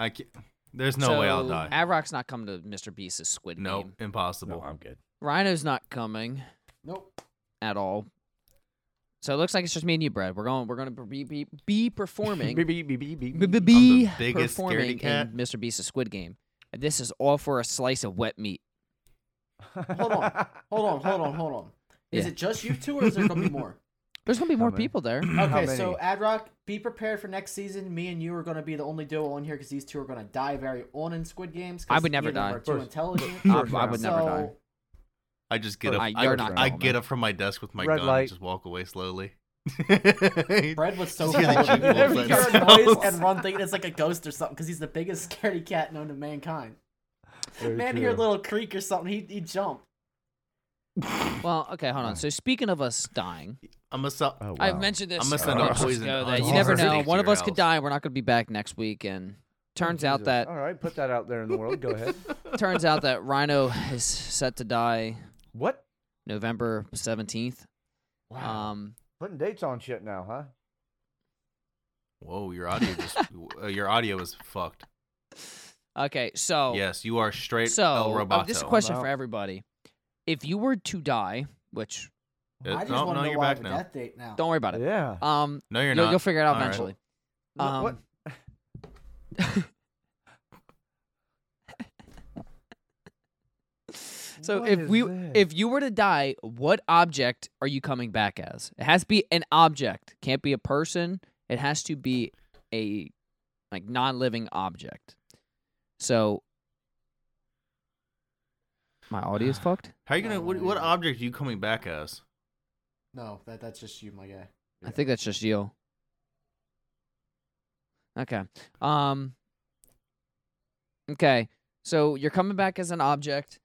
D: I can There's no way I'll die.
A: Avrock's not coming to Mr. Beast's Squid
D: no,
A: Game.
D: impossible.
B: good.
A: Rhino's not coming
C: nope.
A: at all. So it looks like it's just me and you, Brad. We're going. We're going to be be, be performing.
B: Beep, beep, beep, beep, beep.
A: be, be,
D: the
A: be
D: biggest scaredy
A: performing in
D: cat.
A: Mr. Beast's Squid Game. And this is all for a slice of wet meat.
C: Hold on. Hold on. Hold on. Hold on. Is
A: Yeah.
C: it just you two, or is there gonna be more?
A: There's gonna be more
B: many?
A: people there.
C: Okay,
B: many?
C: so Adrock, be prepared for next season. Me and you are going to be the only duo on here because these two are going to die very on in Squid Games. 'cause
A: I would neither
C: neither of
A: die.
C: them Are too intelligent.
A: I,
B: First
A: I would never
C: So,
A: die.
D: I just get up.
A: I-
D: I,
A: you're
D: I,
A: not
D: I
A: going.
D: get up from my desk with my
B: Red
D: gun
B: light.
D: and just walk away slowly.
C: Bread was so
D: Yeah, the
C: full of it.
D: cheap
C: You
D: ones.
C: hear a noise and run thinking it's like a ghost or something because he's the biggest scaredy cat known to mankind.
B: Very
C: Man, hear a
B: true.
C: little creak or something, he he jumped.
A: Well, okay, hold on. So speaking of us dying,
D: I'm gonna sell.
B: Oh,
A: I've
B: wow.
A: mentioned this.
D: I'm gonna
A: a
D: send
A: couple
B: out
A: episodes
D: poison
A: ago
D: on
A: that you
D: your
A: never know.
D: house.
A: One of us could
D: House.
A: die. We're not gonna be back next week, and turns out
B: Jesus.
A: that
B: All right, put that out there in the world. Go ahead.
A: turns out that Rhino is set to die
B: What?
A: November seventeenth. Um,
B: Putting dates on shit now, huh?
D: Whoa, your audio just uh, your audio is fucked.
A: okay, so
D: Yes, you are straight
A: Oh. so
D: El
A: uh,
D: Roboto.
A: this is a question
B: I'm
A: for
B: out.
A: everybody. If you were to die, which
D: Uh,
C: I just
D: no,
C: want
D: no,
C: to know
D: you're
C: why I
D: back
C: have a
D: now.
C: death date now.
A: don't worry about it.
B: Yeah.
A: Um,
D: No, you're
A: you'll,
D: not.
A: you'll figure it out
D: All right.
A: eventually.
B: Wha-
A: Um,
B: what?
A: So
B: What
A: if
B: is
A: we
B: this?
A: if you were to die, what object are you coming back as? It has to be an object. Can't be a person. It has to be a like non-living object. So my audio's fucked.
D: How are you gonna?
C: Oh,
D: What,
C: man.
D: what object are you coming back as?
C: No, that that's just you, my guy.
A: I think that's just you. Okay. Um Okay. So you're coming back as an object.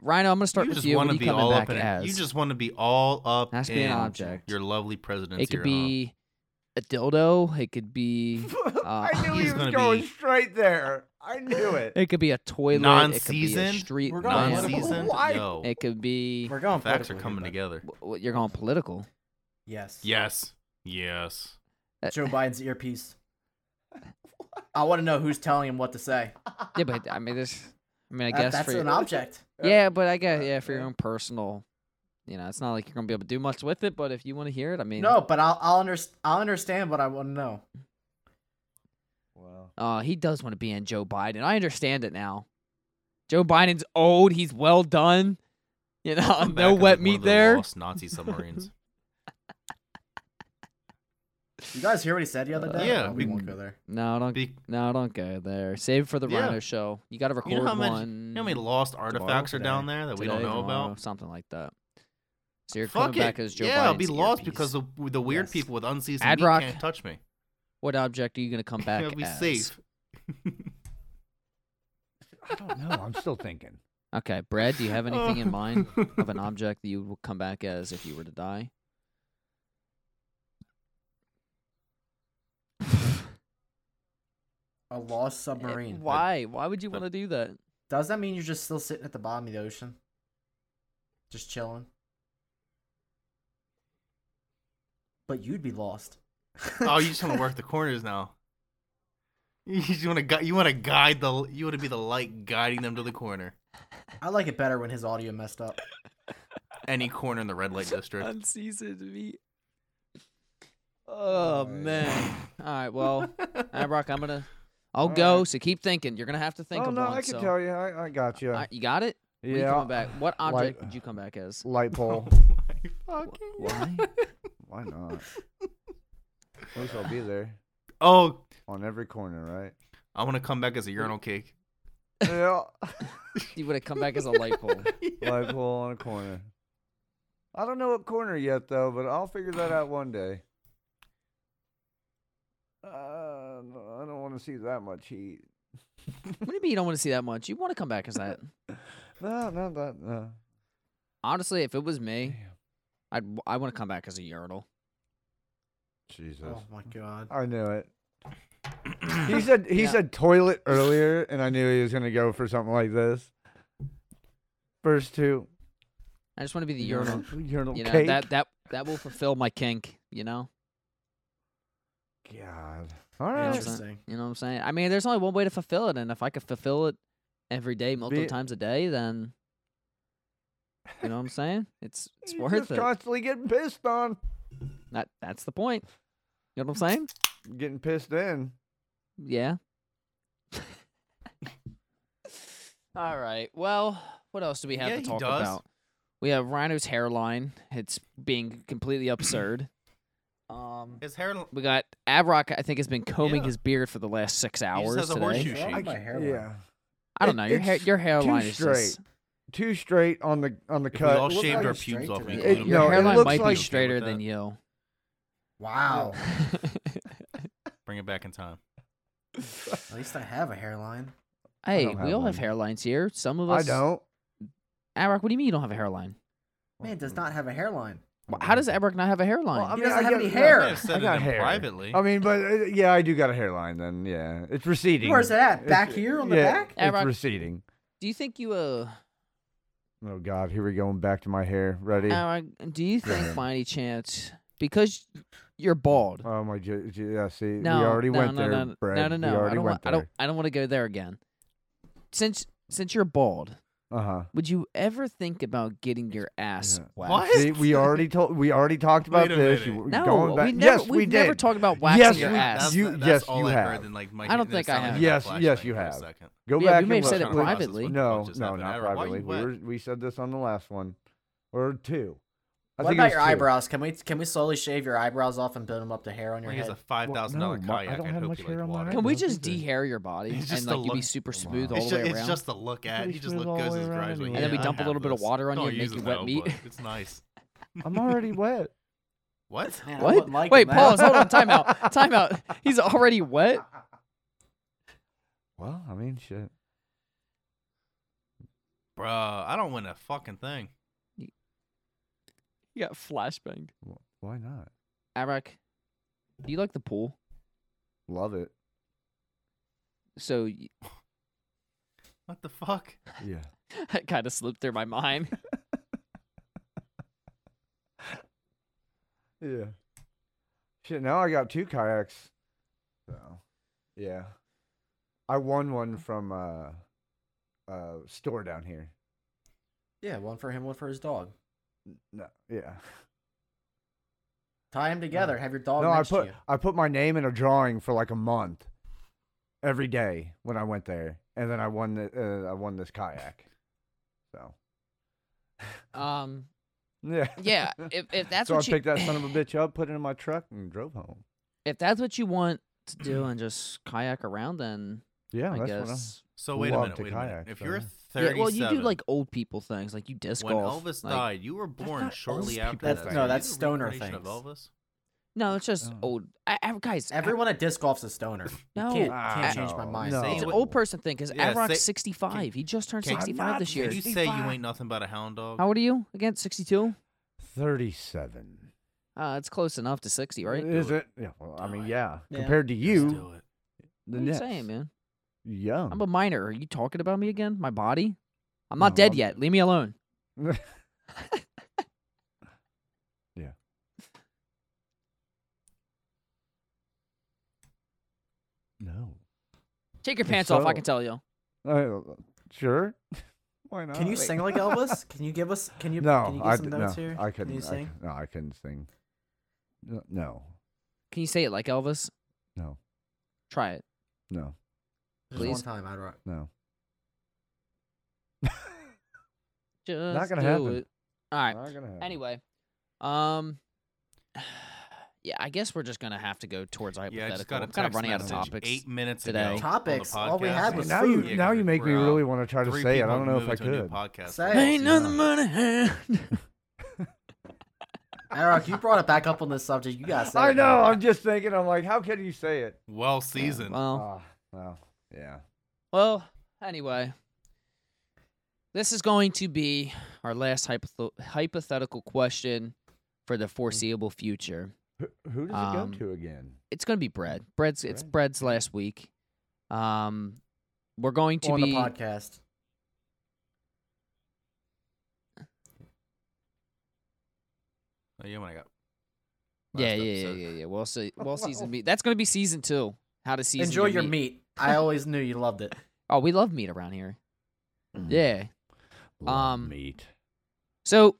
A: Rhino, I'm going to start
D: you
A: with
D: just
A: you. What
D: wanna
A: are you
D: be
A: coming
D: all
A: back
D: up in it.
A: as?
D: You just want to be all up
A: Has to
D: in
A: be an object.
D: your lovely presidency.
A: It could
D: or
A: be a dildo. It could be uh,
B: I knew
D: he's
B: he was
D: gonna
B: going
D: be-
B: straight there. I knew it.
A: it could be a toilet. It could be a
D: Non-seasoned?
A: street
C: We're going
A: lamp.
D: non-seasoned.
B: Why?
D: Yo,
A: It could be.
C: We're going.
D: facts are
C: politically,
D: coming
C: but-
D: together.
A: w- w- You're going political.
C: Yes.
D: Yes, yes.
A: Uh,
C: Joe Biden's earpiece. I want to know who's telling him what to say.
A: Yeah, but I mean, this. I mean, I
C: That-
A: guess
C: that's
A: for
C: an uh,
A: your,
C: object.
A: yeah, but I guess yeah for your
B: yeah.
A: own personal. You know, it's not like you're gonna be able to do much with it, but if you want to hear it, I mean,
C: No, but I'll I'll, underst- I'll understand what I want to know.
B: Wow.
A: Uh, he does want to be in Joe Biden. I understand it now. Joe Biden's old. He's well done. You know,
D: Come back
A: no
D: as, like,
A: wet
D: one of
A: meat
D: the
A: there.
D: Lost Nazi submarines.
C: You guys hear what he said the
A: Uh,
C: other day?
D: Yeah,
C: Oh, we
D: we-
C: won't go there.
A: No, don't.
D: Be-
A: No, don't go there. Save it for the
D: Yeah.
A: Rhino show. You got to record
D: you know how many,
A: one.
D: you know how many lost artifacts are
C: today,
D: down there that we don't
A: today,
D: know
A: tomorrow,
D: about?
A: Something like that. So you're
D: Fuck
A: coming back
D: it.
A: as Joe
D: yeah, I'll
A: Biden's
D: be lost
A: earpiece.
D: because the, the weird
C: Yes.
D: people with unseasoned meat
A: Ad-Rock.
D: can't touch me.
A: what object are you gonna come back
D: I'll be
A: as?
D: safe.
B: I don't know. I'm still thinking.
A: Okay, Brad, do you have anything in mind of an object that you would come back as if you were to die?
C: A lost
A: Eh,
C: submarine.
A: Why? Why would you
D: but-
A: want to do that?
C: Does that mean you're just still sitting at the bottom of the ocean? Just chilling? But you'd be lost.
D: oh, you just want to work the corners now. You just want to gu- you want to guide the you want to be the light guiding them to the corner.
C: I like it better when his audio messed up.
D: Any corner in the red light district.
A: Unseasoned meat. Oh man. All right. Well, Abrock, I'm gonna. I'll
B: All
A: go.
B: right.
A: So keep thinking. You're gonna have to think
B: oh
A: of
B: no,
A: one.
B: I can
A: so-
B: tell you. I, I got you.
A: All right, you got it. When you
B: yeah.
A: coming back. What
B: Why-
A: object would you come back as?
B: Light pole.
D: Oh my
A: Wh-
D: fucking
A: Why?
B: Why not? At least I'll be there
D: Oh,
B: on every corner, right?
D: I want to come back as a urinal cake.
B: Yeah.
A: you would have come back as a light pole.
B: Light pole on a corner. I don't know what corner yet though, but I'll figure that out one day. Uh, no, I don't want to see that much heat.
A: What do you mean you don't want to see that much? You want to come back as that?
B: No, not that. No.
A: Honestly, if it was me,
B: Damn.
A: I'd w- I want to come back as a urinal.
B: Jesus.
C: Oh my
D: Mm.
C: god.
B: I knew it. He said he
A: Yeah.
B: said toilet earlier, and I knew he was gonna go for something like this. First two.
A: I just want to be the urinal.
B: urinal
A: You know
B: cake.
A: that that that will fulfill my kink. You know,
B: God. All
A: Yeah,
B: right.
A: just-
C: Interesting.
A: you know what I'm saying. I mean, there's only one way to fulfill it, and if I could fulfill it every day, multiple
B: Be-
A: times a day, then you know what I'm saying. It's it's
B: You're
A: worth
B: just
A: it.
B: constantly getting pissed on,
A: That that's the point. You know what I'm saying?
B: getting pissed in.
A: Yeah. All right. Well, what else do we have
D: Yeah,
A: to
D: he
A: talk
D: does.
A: about? We have Rhino's hairline. It's being completely absurd. Um,
D: His hair
A: we got Abrock. I think has been combing
D: Yeah.
A: his beard for the last six
D: just
A: hours
D: has a
A: today.
D: horseshoe.
C: What's wrong with
D: shake.
C: my hairline?
B: Yeah.
A: I don't
B: It-
A: know. Your hair,
B: it's
A: your hairline is
B: straight.
A: just
B: Too straight on the on the
D: If
B: cut.
D: we all
B: It looks
D: shaved
B: like
D: our
B: a-
C: straight
D: pubes off. we
C: today.
A: it-
D: could
B: It-
D: look
A: your
B: no,
D: like-
A: hairline
B: looks
A: might
B: like-
A: be straighter than you.
C: Wow.
D: Bring it back in time.
C: At least I have a hairline.
A: hey,
B: don't
A: we
B: have
A: all have
B: one.
A: hairlines here. Some of
B: I
A: us.
B: don't.
A: Arak, what do you mean you don't have a hairline?
C: Man does not have a hairline.
A: Wh- How does Arak not have a hairline?
B: Well, I
C: He
B: mean,
C: doesn't
B: I
C: have
B: got-
C: any
B: no,
D: I
C: hair.
D: may have said
B: I
D: it
B: got
D: to them
B: hair.
D: privately.
B: I mean, but uh, yeah, I do got a hairline. Then yeah, it's receding.
C: Where's it at?
B: It's-
C: Back here on the
B: yeah,
C: back?
B: It's
A: Everyone-
B: receding.
A: do you think you uh,
B: Oh God, here we go. I'm back to my hair. Ready?
A: Arak? Oh, Do you think by any chance because you're bald?
B: Oh my, j- j- yeah. See,
A: No,
B: we already
A: no,
B: went
A: no,
B: there.
A: No, no,
B: Brad.
A: no, no, no.
B: We
A: I
B: already
A: don't
B: went
A: want. I
B: there.
A: don't. I don't want to go there again. Since since you're bald,
B: Uh huh.
A: would you ever think about getting your ass
B: Yeah.
A: waxed?
D: What?
B: See, we already told. We already talked
D: Wait
B: about
D: a
B: this.
D: minute.
B: were
A: No,
B: going back.
A: we never.
B: yes,
A: we've
B: we
A: never
B: did.
A: talked about waxing
B: Yes,
A: your
B: we-
A: ass.
D: That's,
B: You-
D: that's
B: yes,
D: all
B: you
D: I
B: have.
D: Heard in, like, my,
A: I don't
D: it
A: think I
D: sounded
A: have.
D: like a
B: Yes,
D: flashback
B: yes, you
D: for a
B: have.
D: second.
B: Go
A: Yeah,
B: back.
A: we may
B: and
A: have said
B: look.
A: it
B: Wait,
A: privately.
B: No,
D: Just
B: no,
D: happened.
B: not
D: Ira, why
B: privately.
D: you
B: We
D: wet?
B: were, we said this on the last one, or two. I
C: what
B: think it
C: about
B: was
C: your
B: two.
C: eyebrows? Can we can we slowly shave your eyebrows off and build them up to hair on your
D: Like it's
C: head?
D: a five thousand dollar
B: no, my- I
D: kayak.
B: don't
D: I'd
B: have
D: hope
B: much
D: you
B: hair
D: like
B: on my
D: water.
B: head.
A: Can we
B: Don't
A: just
B: think
A: dehair your body
D: It's
A: and
D: just
A: like
D: the
A: you be
D: look.
A: super
B: Wow.
A: smooth all
D: It's
A: the
D: just,
A: way
D: it's
A: around?
D: just the look at. it.
B: Pretty
D: You just
B: smooth
D: look
B: all
D: good
B: the
D: as
B: way
D: it
B: around
D: dries. Like,
B: anyway.
A: And then
D: yeah,
A: we
D: I
A: dump a
D: have
A: little bit of
D: this.
A: water on
D: Don't
A: you and
D: use
A: make
D: it
A: you wet
D: now,
A: meat.
D: but It's nice.
B: I'm already wet.
D: What?
C: Man, I
A: What?
C: wouldn't like
A: Wait,
C: that.
A: pause. Hold on. Time out. Time out. He's already wet.
B: Well, I mean, shit.
D: Bruh, I don't win a fucking thing.
A: He got flashbanged.
B: Wh- Why not?
A: Arak, do you like the pool?
B: Love it.
A: So y-
D: What the fuck?
B: Yeah.
A: that kind of slipped through my mind.
B: Yeah. Shit, now I got two kayaks. So, yeah. I won one from a uh, uh, store down here.
C: Yeah, one for him, one for his dog.
B: No, yeah.
C: Tie them together. Have your dog
B: no, I
C: Oh, next
B: put
C: to you.
B: I put my name in a drawing for like a month, every day when I went there, and then I won the uh, I won this kayak. So
A: Um,
B: yeah,
A: yeah. If if that's
B: so
A: what
B: I
A: you
B: picked that son of a bitch up, put it in my truck, and drove home.
A: if that's what you want to do and just kayak around, then
B: Yeah,
A: I
B: that's what I'm.
A: guess.
D: So wait a
B: Love
D: minute.
B: to
D: Wait a minute.
B: kayak,
D: If
B: so
D: you're
B: yeah.
A: Yeah,
D: 37,
A: well, you do like old people things, like you disc
D: when
A: golf.
D: Elvis
A: like-
D: died, you were born
B: not
D: shortly
B: old
D: after
B: people
D: that.
B: things.
D: so
B: No,
D: are you
C: that's
D: the
C: stoner
D: reincarnation of
C: things.
D: Elvis?
A: No, it's just
B: Oh.
A: old. I, I, guys, Everyone.
C: Everyone at disc golf's a stoner. You
A: No.
C: can't,
B: Ah,
C: can't
A: I-
C: change my
B: no,
C: mind.
B: no.
A: It's an
D: Wait,
A: old person thing because
D: yeah,
A: Avrock's
D: say-
A: 65. he just turned
D: can- I'm
A: 65 this
B: not
A: year.
D: Can you say you
B: 65.
D: ain't nothing but a hound dog?
A: How old are you? Again, 62?
B: Thirty-seven.
A: Uh, it's close enough to 60, right?
D: Yeah,
B: Is
D: Do
B: it? Yeah. Well, I
D: Do
B: mean,
D: it.
B: yeah.
C: Yeah.
B: Compared to
D: Let's
B: you,
D: do it.
A: What
B: the
A: are you
B: next.
A: saying, man?
B: Young.
A: I'm a minor. Are you talking about me again? My body? I'm not
B: No,
A: dead
B: I'm-
A: yet. Leave me alone.
B: Yeah. No.
A: Take your
B: And
A: pants off, I
B: so-
A: can tell you.
B: Uh, sure. Why not?
C: Can you sing like Elvis? Can you give us? Can you?
B: no,
C: can you give
B: I,
C: some
B: d-
C: notes
B: no,
C: here?
B: I couldn't.
C: Can you
B: I,
C: sing?
B: cou- no, I couldn't sing. No, no,
A: Can you say it like Elvis?
B: no,
A: Try it.
B: no,
C: Just one
A: please?
C: time, I'd rock.
B: no.
A: Just
B: gonna
A: do
B: happen.
A: it. All right.
B: Not gonna happen.
A: Anyway, um, yeah, I guess we're just gonna have to go towards
D: Yeah, I
A: hypothetical.
D: just got a
A: I'm kind of
D: text
A: running out of
D: message
A: topics.
D: Eight minutes
A: today.
D: ago. on the
C: Topics? All we
D: podcast.
C: had
B: See,
C: was
B: now you
C: food.
D: Yeah,
B: now
D: 'cause
B: you make me
D: we're, uh,
B: really want to try to
D: three
B: say it. I
D: people
B: don't know if I
D: moving to a new
B: could.
D: podcast.
C: Say it.
A: Ain't
B: Yeah.
A: nothing but a hand.
C: Arok, you brought it back up on this subject. You guys.
B: I know. I'm just thinking. I'm like, how can you say it?
D: Well seasoned.
A: Well, oh,
B: Ah, well, yeah.
A: well. Anyway, this is going to be our last hypotho- hypothetical question for the foreseeable future.
B: Who, who does
A: Um,
B: it go to again?
A: It's going to be Brad. Brad's. It's
B: Brad.
A: Brad's last week. Um, we're going to
C: on
A: be
C: the podcast.
D: Oh, yeah, when I got.
A: yeah,
D: last
A: yeah, yeah,
D: episode.
A: yeah, yeah. Well, see, well, season meat. That's going to be season two. How to season
C: Enjoy your
A: meat.
C: meat. I always knew you loved it.
A: Oh, we love meat around here.
B: Mm-hmm.
A: mm-hmm. Yeah.
B: Love
A: um,
B: meat.
A: So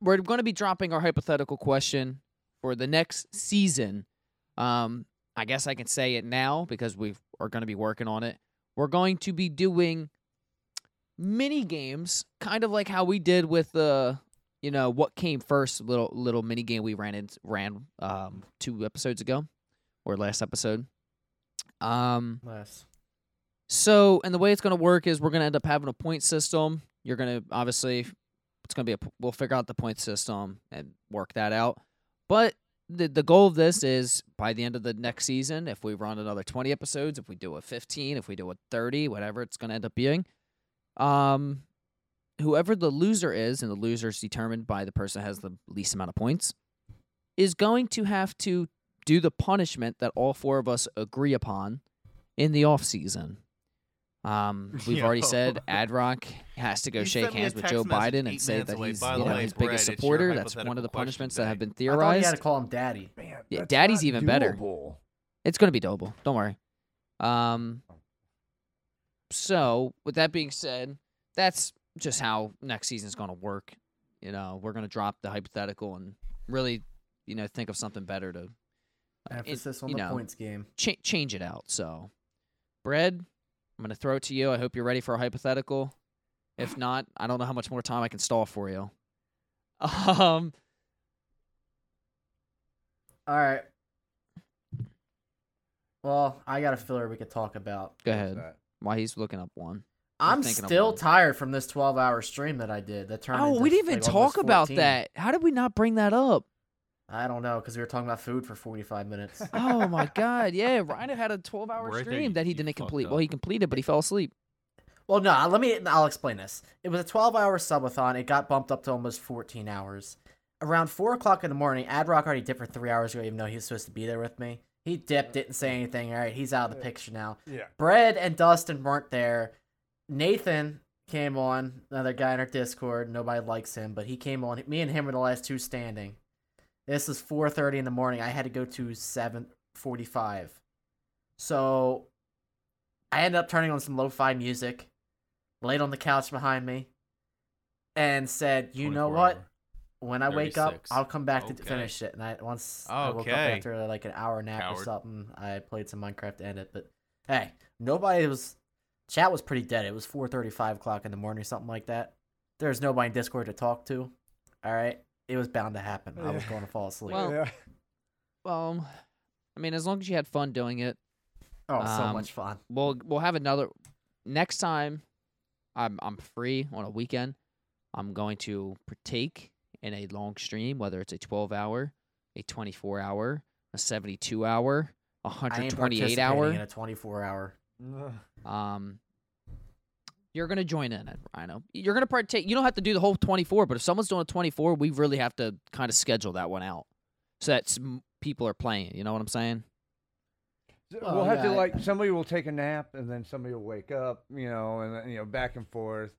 A: we're going to be dropping our hypothetical question for the next season. Um, I guess I can say it now because we are going to be working on it. We're going to be doing mini games, kind of like how we did with the, you know, what came first little little mini game we ran in, ran um, two episodes ago or last episode. Um,
C: Nice.
A: so, and the way it's going to work is we're going to end up having a point system. You're going to obviously, it's going to be a, p- we'll figure out the point system and work that out. But the, the goal of this is by the end of the next season, if we run another 20 episodes, if we do a 15, if we do a 30, whatever it's going to end up being, um, whoever the loser is, and the loser is determined by the person that has the least amount of points, is going to have to do the punishment that all four of us agree upon in the off season. Um, we've already
D: Yo.
A: said Adrock has to go
D: You
A: shake
D: sent me a
A: hands with
D: text
A: Joe Biden
D: message eight
A: and say
D: minutes
A: that
D: away.
A: he's
D: By
A: you
D: the
A: know,
D: way,
A: his
D: Brad,
A: biggest
D: it's your
A: supporter. That's one of
D: hypothetical
A: the
D: question
A: punishments that have
D: today.
A: been
C: I thought you had
A: theorized.
C: to call him daddy.
B: Man,
A: Yeah,
B: that's
A: Daddy's
B: not
A: even better.
B: doable.
A: It's going to be doable. Don't worry. Um, so, with that being said, that's just how next season's going to work. You know, we're going to drop the hypothetical and really, you know, think of something better to
C: Emphasis on
A: you
C: the
A: know.
C: points game.
A: cha- change it out. So, Bread, I'm going to throw it to you. I hope you're ready for a hypothetical. If not, I don't know how much more time I can stall for you. Um,
C: All right. Well, I got a filler we could talk about.
A: go
B: What's
A: ahead.
B: that?
A: While he's looking up one. I'm
C: I'm
A: thinking of
C: still
A: one.
C: tired from this 12 hour stream that I did. That turned.
A: Oh,
C: into,
A: we didn't even
C: like, almost
A: talk about
C: 14.
A: that. How did we not bring that up?
C: I don't know because we were talking about food for 45 minutes.
A: Oh my god, yeah. Rhino had a twelve hour
D: Right there,
A: stream
D: you-
A: that he
D: you
A: didn't
D: fucked
A: complete.
D: up.
A: Well he completed, but he fell asleep.
C: well, no, I- let me. I'll explain this. It was a 12 hour subathon. It got bumped up to almost 14 hours. Around four o'clock in the morning, Adrock already dipped for three hours ago, even though he was supposed to be there with me. He dipped, didn't say anything. All right, he's out of the picture now.
B: Yeah.
C: Brad and Dustin weren't there. Nathan came on, another guy in our Discord. Nobody likes him, but he came on. Me and him were the last two standing. This is 4:30 in the morning. I had to go to 7:45, so I ended up turning on some lo-fi music, laid on the couch behind me, and said, "You know
D: 24
C: what?
D: hour.
C: When I wake up,
D: 36.
C: I'll come back to
D: Okay.
C: finish it." And I once I woke up
D: Okay.
C: after like an hour nap or
D: Coward.
C: something, I played some Minecraft to end it. But hey, nobody was. Chat was pretty dead. It was 4:30, 5 o'clock in the morning, something like that. There was nobody in Discord to talk to. All right, it was bound to happen. I was
B: Yeah.
C: going to fall asleep.
A: Well,
B: yeah.
A: Um I mean, as long as you had fun doing it,
C: oh, so
A: um,
C: much fun.
A: we'll we'll have another next time I'm I'm free on a weekend. I'm going to partake in a long stream, whether it's a twelve hour, a twenty four hour, a seventy two hour, a
C: I
A: hundred
C: ain't
A: twenty eight
C: participating
A: hour.
C: in a 24 hour.
B: Ugh.
A: Um, you're gonna join in it, Rhino. You're gonna partake. You don't have to do the whole 24, but if someone's doing a 24, we really have to kind of schedule that one out so that some people are playing. You know what I'm saying?
B: So
C: Well,
B: we'll have to
C: yeah, I-
B: like somebody will take a nap and then somebody will wake up, you know, and then, you know back and forth,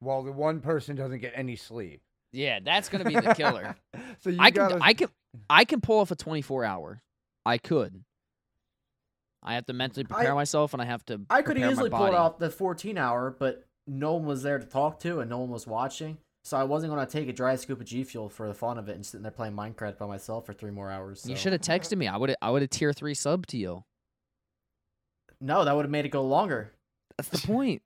B: while the one person doesn't get any sleep.
A: Yeah, that's gonna be the killer.
B: so you
A: I can,
B: gotta,
A: I can, I can pull off a 24 hour. I could. I have to mentally prepare
C: I-
A: myself, and I have to.
C: I could
A: prepare my
C: easily pull it
A: body.
C: off the 14 hour, but no one was there to talk to and no one was watching. So I wasn't going to take a dry scoop of G Fuel for the fun of it and sitting there playing Minecraft by myself for three more hours.
A: You
C: so-
A: should have texted me. I would. I would have tier three sub to you.
C: No, that would have made it go longer.
A: That's the point.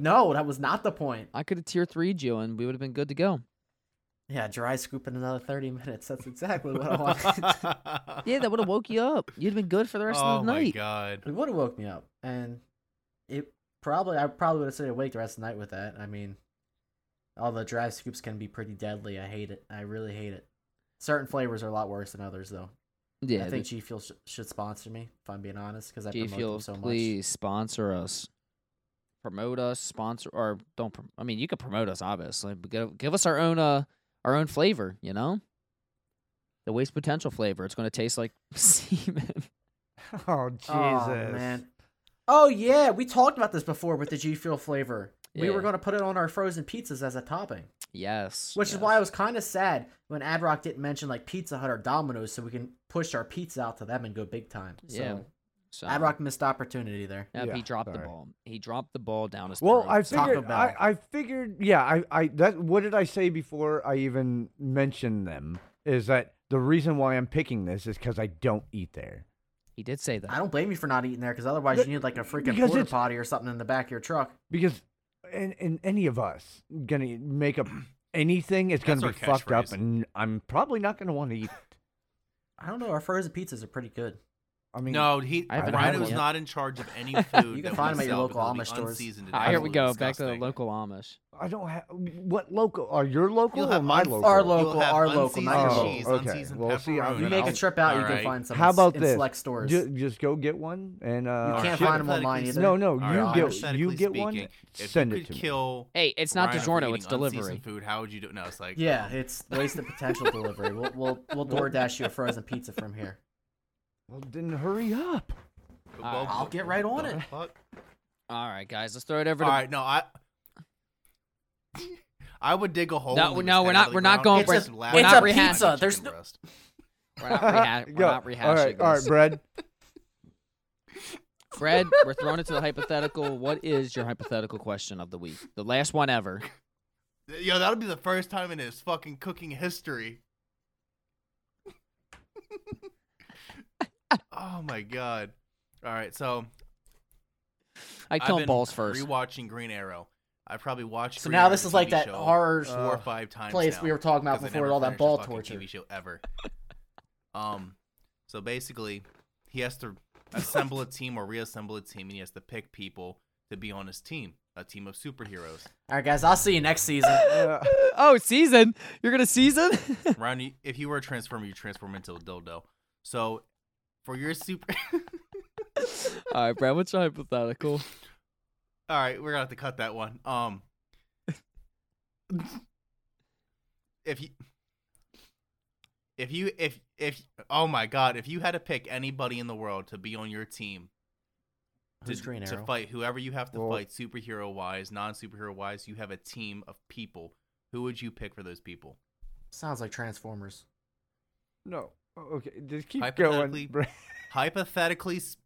C: No, that was not the point.
A: I could have tier three you, and we would have been good to go.
C: Yeah, dry scoop in another 30 minutes. That's exactly what I wanted.
A: Yeah, that would have woke you up. You'd have been good for the rest
D: oh
A: of the
D: my
A: night.
D: god.
C: it would have woke me up, and it probably I probably would have stayed awake the rest of the night with that. I mean, all the dry scoops can be pretty deadly. I hate it. I really hate it. Certain flavors are a lot worse than others, though.
A: Yeah,
C: I think G Fuel sh- should sponsor me, if I'm being honest, because I
A: G
C: promote them
A: Fuel,
C: so
A: please sponsor us, promote us, sponsor or don't. Prom- I mean, you could promote us, obviously, but give, give us our own uh our own flavor. You know, the waste potential flavor. It's going to taste like semen.
B: Oh Jesus!
C: much. Oh, man. Oh, yeah. We talked about this before with the G Fuel flavor. We
A: Yeah.
C: were going to put it on our frozen pizzas as a topping,
A: yes,
C: which
A: yes.
C: is why I was kind of sad when Adrock didn't mention like Pizza Hut or Domino's so we can push our pizza out to them and go big time. So,
A: Yeah. uh, So,
C: Adrock missed opportunity there.
A: Yep, he
B: Yeah,
A: dropped the
B: sorry.
A: ball. He dropped the ball down his
B: Well,
A: throat.
B: I
C: Taco
B: figured. I,
C: Bell.
B: I figured. Yeah. I. I. That. What did I say before I even mentioned them? Is that the reason why I'm picking this is because I don't eat there.
A: he did say that.
C: I don't blame you for not eating there because otherwise
B: Th-
C: you need like a freaking
B: because
C: porta
B: it's-
C: potty or something in the back of your truck.
B: Because, and, and any of us gonna make up anything is gonna
D: That's
B: be
D: our
B: fucked up,
D: catchphrase.
B: and I'm probably not gonna want to eat. it.
C: I don't know. Our frozen pizzas are pretty good.
B: I mean,
D: No, he
A: I haven't
D: Ryan
A: had
D: was
A: one.
D: not in charge of any food.
C: You can
D: that
C: find
D: we
C: 'em at your
D: sell because it'll
C: local
D: be
C: Amish stores.
D: unseasoned and
A: Ah, here we
D: absolutely
A: go back to the
D: disgusting.
A: local Amish.
B: I don't have what local are your local
D: You'll
B: or
D: have
B: my
D: unf-
B: local?
C: Our
D: You'll
C: local,
D: have
C: our local,
D: unseasoned
C: not your
B: Oh,
D: cheese,
B: okay.
D: unseasoned
B: Well, see, I-
D: pepperoni.
B: You
C: You make a
D: I'll-
C: trip out, you
D: All
C: can
D: right.
C: find some
B: How
C: in s-
B: about
C: in
B: this?
C: select stores.
B: Ju- just go get one and uh,
C: You
D: All
C: can't
D: right.
C: find 'em online
D: Hypothetically
C: either.
B: No, no,
D: All
B: you
D: right,
B: get you
D: hypothetically
B: get one.
D: speaking, If
B: Send
D: you
B: it
D: could
B: to me.
D: kill
A: Hey, it's not
D: Ryan for
A: DiGiorno,
D: eating
A: it's delivery.
D: unseasoned Food, how would you do? No, it's like oh,
C: Yeah, it's wasted potential delivery. We'll we'll we'll DoorDash you a frozen pizza from here.
B: Well, then hurry up.
A: I'll
D: what
C: get right on
D: oh, the
C: it.
D: fuck?
A: All right, guys, let's throw it over
D: All
A: to
D: right, no, I. I would dig a hole.
A: No,
D: in his
A: no, we're
D: head
A: not-
D: out of the
A: we're not
D: ground
A: going
D: and
C: for-
D: just laugh
A: It's
D: at
A: a
D: him like
C: pizza.
D: chicken
C: There's no-
D: breast.
A: We're not, reha- we're
B: Go.
A: not rehashing
B: All right, all right,
A: this.
B: Brad.
A: Fred, we're throwing it to the hypothetical. What is your hypothetical question of the week? The last one ever.
D: Yo, that'll be the first time in his fucking cooking history. oh my god! All right, so
A: I
D: I've
A: call
D: been
A: balls first.
D: Rewatching Green Arrow, I probably watched.
C: So
D: Green
C: now
D: Arrow
C: this
D: the
C: is like
D: TV
C: that
D: show
C: horror uh,
D: four or
B: Ugh.
D: five times.
C: place
D: now.
C: we were talking about
D: 'cause I
C: before with
D: never
C: all that
D: finished
C: ball
D: a fucking
C: torture.
D: TV show ever. um, so basically, he has to assemble a team or reassemble a team, and he has to pick people to be on his team, a team of superheroes.
C: All right, guys, I'll see you next season.
B: Uh,
A: oh, season? You're gonna season?
D: Ryan, you- if you were a transformer, you transform into a dildo. So for your super,
A: all right, Brad. What's your hypothetical?
D: all right, we're gonna have to cut that one. Um, if you. If you if if oh my god, if you had to pick anybody in the world to be on your team, to,
C: Who's Green
D: to
C: Arrow?
D: fight whoever you have to
B: Well-
D: fight, superhero wise, non superhero wise, you have a team of people. Who would you pick for those people?
C: Sounds like Transformers.
B: no. Okay, just keep
D: Hypothetically-
B: going. Brad.
D: Hypothetically, s-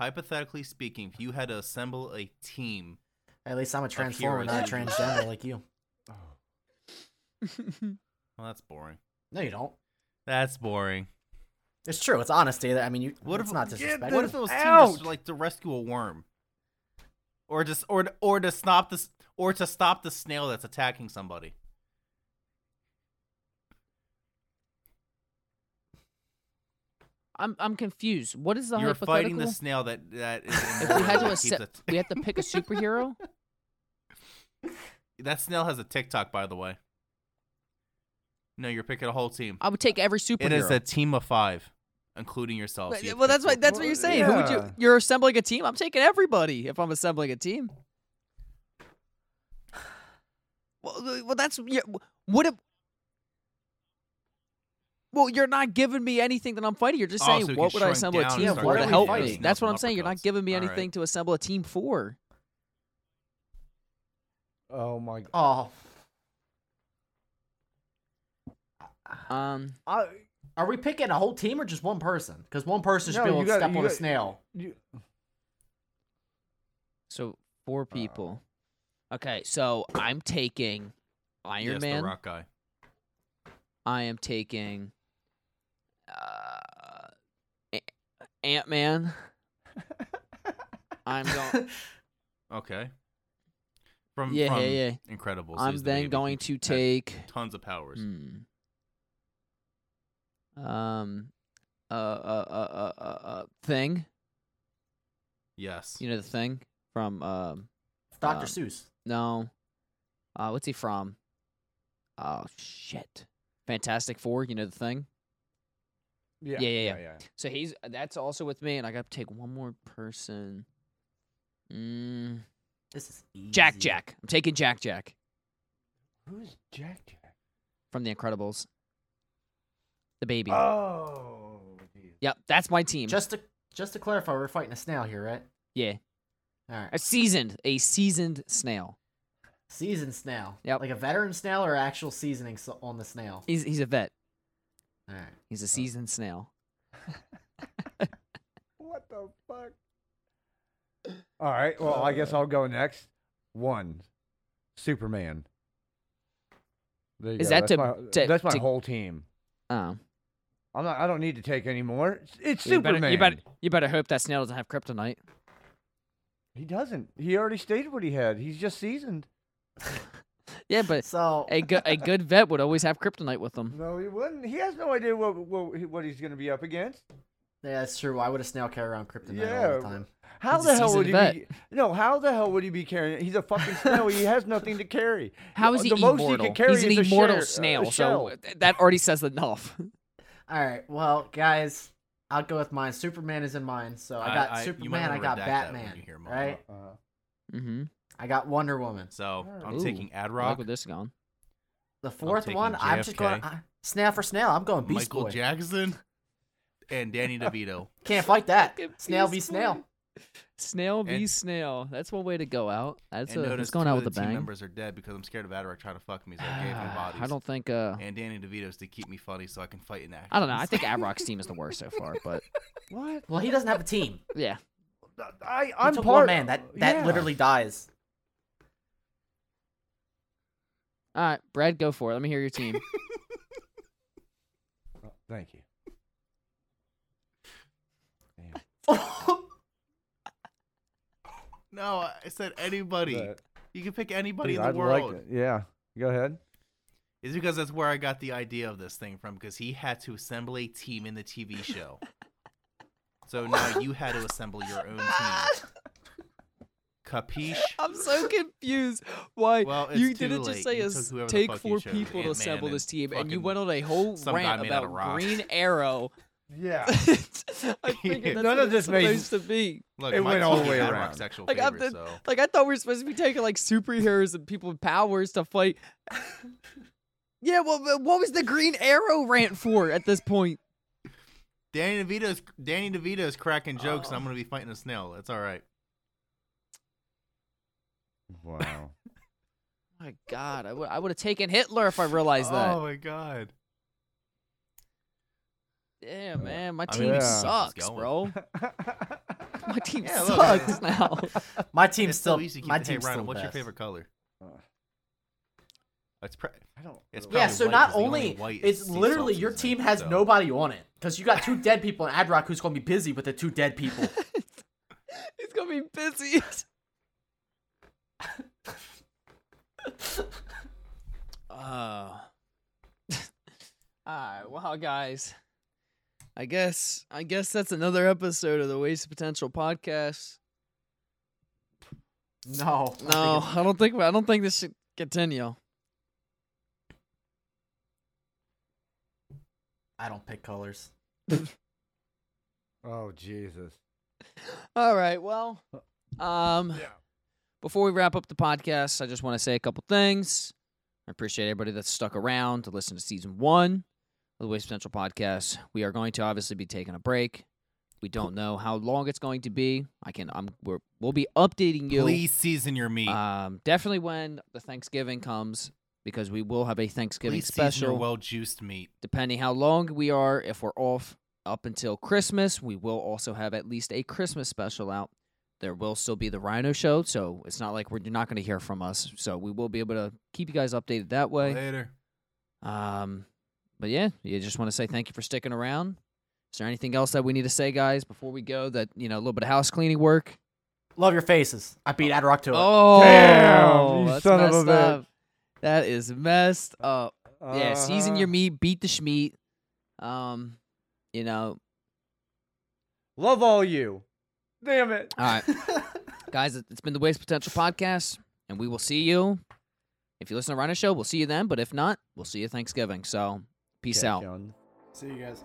D: hypothetically speaking, if you had to assemble a team,
C: At least I'm a Transformer,
D: heroes.
C: not a transgender like you.
B: Oh,
D: well, that's boring.
C: No, you don't.
D: That's boring.
C: It's true. It's honesty. I mean, you.
D: What
C: it's
D: if
C: not
D: get
C: disrespectful.
D: What if it was team
B: Out!
D: just, like to rescue a worm, or just or or to stop this or to stop the snail that's attacking somebody?
A: I'm I'm confused. What is the
D: You're
A: hypothetical?
D: fighting the snail that that. Is in the
A: if we had to
D: worm that keeps
A: accept,
D: att-
A: we have to pick a superhero.
D: That snail has a TikTok, by the way. No, you're picking a whole team.
A: I would take every superhero.
D: It is a team of five, including yourself.
A: But- well, that's what that's what you're saying. Who would
B: Yeah.
A: you? You're assembling a team. I'm taking everybody. If I'm assembling a team. Well, th- well, that's yeah, w- what if. Well, you're not giving me anything that I'm fighting. You're just
D: Oh,
A: saying,
D: so we
A: what
D: can
A: would I
D: shrink
A: assemble a
D: down
A: team
C: and
A: for
C: start
A: to
C: doing
A: help
C: fighting
A: me?
D: and
A: That's what
D: nothing
A: I'm saying. You're not
D: uppercuts.
A: giving me
D: All right.
A: anything to assemble a team for.
B: Oh my god.
C: Oh,
A: Um,
B: I,
C: are we picking a whole team or just one person? Because one person should
B: No,
C: be able
B: you
C: to
B: got-
C: step
B: you
C: on a
B: got-
C: snail.
B: you,
A: so
D: Uh,
A: four people. Okay, so I'm taking Iron
D: yes,
A: Man.
D: the rock guy.
A: I am taking uh, Ant Man. I'm going.
D: Okay. From
A: Yeah,
D: from
A: yeah, yeah.
D: Incredibles.
A: I'm
D: he's the
A: then
D: baby
A: going
D: who
A: to
D: had
A: take. Mm.
D: tons of powers.
A: hmm, um, uh, uh, uh, uh, uh, uh, thing.
D: Yes.
A: You know the thing from um.
C: Dr.
D: uh,
A: Um,
C: Seuss.
A: No. Uh, what's he from? Oh shit! Fantastic Four. You know the thing.
B: yeah,
A: Yeah, yeah, So he's that's also with me, and I got to take one more person. Mm,
C: This is easy.
A: Jack Jack. I'm taking Jack Jack
B: Who's Jack Jack?
A: from The Incredibles. The baby.
B: Oh. geez.
A: yep, that's my team.
C: Just to just to clarify, we're fighting a snail here, right?
A: yeah,
C: All right.
A: a seasoned, a seasoned snail.
C: Seasoned snail.
A: Yep.
C: Like a veteran snail or actual seasoning s- on the snail.
A: He's he's a vet.
C: All right.
B: Oh.
A: He's a seasoned snail.
B: What the fuck? All right. Well, I guess I'll go next. One, Superman. There you
A: Is
B: go,
A: that
B: that's
A: to-
B: my,
A: to-
B: that's my
A: to-
B: whole team?
A: Oh,
B: I'm not. I don't need to take any more. It's, it's
A: you
B: Superman.
A: better, you better you better hope that snail doesn't have kryptonite.
B: He doesn't. He already stated what he had. He's just seasoned.
A: Yeah, but
C: So
A: a good a good vet would always have kryptonite with them.
B: No, he wouldn't. He has no idea what what, he- what he's going to be up against.
C: Yeah, that's true. Why would a snail carry around kryptonite all
B: Yeah.
C: the time?
B: How
A: He's a
B: the hell would he
A: seasoned
B: be? No, how the hell would he be carrying it? He's a fucking snail. he has nothing to carry.
A: How is he
B: the most he
A: immortal?
B: could carry
A: He's an
B: is a
A: immortal
B: share- a
A: snail, so
B: shell.
A: th- that already says enough.
C: All right, well, guys, I'll go with mine. Superman is in mine, so I got
D: I- I- you might
C: Superman. I
D: wanna
C: got
D: redact that when
C: Batman.
D: you hear mine.
C: Right?
B: Uh,
A: mm-hmm.
C: I got Wonder Woman.
D: So I'm
A: Ooh,
D: taking Ad
A: Look
D: Rock,
A: where this is going.
C: The fourth
D: taking
C: one, I'm just going
D: JFK.
C: I, snail for snail. I'm going Beast
D: Michael
C: Boy.
D: Jackson, and Danny DeVito.
C: Can't fight that.
A: Fucking
C: Snail
A: Beast
C: be
A: Boy.
C: snail.
A: Snail be
D: And-
A: snail. That's one way to go out. That's
D: and
A: a,
D: notice
A: that's going
D: two
A: out
D: of
A: with
D: the
A: a
D: team
A: bang.
D: members are dead because I'm scared of Adorok trying to fuck me, so I gave him bodies.
A: I don't think. Uh,
D: And Danny DeVito's to keep me funny so I can fight in action.
A: I don't know. I think Abrock's team is the worst so far, but
B: what?
C: Well, he doesn't have a team.
A: yeah,
B: I,
C: He
B: I'm
C: took
B: part
C: one man. That that
B: yeah.
C: literally dies.
A: All right, Brad, go for it. Let me hear your team.
B: Oh, Thank you. Damn.
D: No, I said anybody.
B: But-
D: You can pick anybody
B: Dude,
D: in the
B: I'd like
D: world.
B: it. Yeah. Go ahead.
D: It's because that's where I got the idea of this thing from, because he had to assemble a team in the TV show. so now you had to assemble your own team. Capiche?
A: I'm so confused. Why
D: Well, it's
A: you
D: too
A: didn't just
D: late.
A: say
D: You
A: us-
D: took whoever the
A: take
D: fuck you
A: four
D: chose,
A: people to
D: Ant-Man
A: assemble
D: and
A: this team, and you
D: fucking
A: went on a whole
D: some guy
A: rant
D: made out of Oh.
A: about
D: rock.
A: Green Arrow.
B: Yeah.
A: I figured that's
B: None
A: what
B: of
A: it's
B: this made-
A: supposed to be.
D: Look,
B: It
D: Mike's
B: went all the
D: fucking
B: way
D: Ad
B: around.
D: Rock's Sexual
A: Like, I'm
D: favorite,
A: the-
D: so.
A: Like I thought we were supposed to be taking like superheroes and people with powers to fight. yeah, well, but what was the Green Arrow rant for at this point?
D: Danny DeVito's Danny DeVito's cracking jokes. and
A: Oh.
D: I'm gonna be fighting a snail. That's all right.
B: Wow.
A: My God, I would I would have taken Hitler if I realized
D: Oh
A: that.
D: my god.
A: Yeah, man, my
D: I
A: team
B: mean, this is
A: sucks,
D: going.
A: bro. My team
D: Yeah, look,
A: sucks
D: it's-
A: now.
C: My team's
D: It's
C: still.
D: easy to keep
C: My
D: the- hey,
C: team's
D: Ryan,
C: still
D: What's your
C: best.
D: favorite color? It's pre-
B: Uh, I don't.
D: It's
B: really-
C: Yeah,
D: Probably
C: so
D: white,
C: not
D: 'cause the only
C: only
D: white
C: it's
D: is sea
C: literally
D: salt
C: your
D: in
C: team
D: it,
C: has
D: so-
C: nobody on it because you got two dead people and Adrock who's gonna be busy with the two dead people.
A: He's gonna be busy. Oh. Alright, well guys. I guess I guess that's another episode of the Waste of Potential podcast.
C: No,
A: No, I don't think I don't think this should continue.
C: I don't pick colors.
B: Oh Jesus.
A: All right. Well, um,
B: Yeah.
A: before we wrap up the podcast, I just want to say a couple things. I appreciate everybody that's stuck around to listen to season one of the Waste Potential podcast. We are going to obviously be taking a break. We don't know how long it's going to be. I can. I'm. We're, we'll be updating you.
D: Please season your meat.
A: Um, definitely when the Thanksgiving comes because we will have a Thanksgiving
D: Please season your
A: special.
D: well juiced meat.
A: depending how long we are if we're off up until christmas we will also have at least a christmas special out there will still be the rhino show so it's not like we're you're not going to hear from us so we will be able to keep you guys updated that way
D: Later.
A: um but yeah you just want to say thank you for sticking around is there anything else that we need to say guys before we go that you know a little bit of house cleaning work
C: Love your faces. I beat Adrock to it.
A: oh
B: Damn, you
A: that's
B: son of a
A: messed
B: bitch.
A: up that is messed up yeah, season your
B: Uh-huh.
A: meat, beat the schmeat. Um, you know,
B: Love all you. Damn it.
A: all right,
C: Oh.
A: guys, it- it's been the Waste Potential podcast, and we will see you. If you listen to Rhino Show, we'll see you then. But if not, we'll see you Thanksgiving. So, peace
B: Catch
A: out.
B: you on
C: See you guys.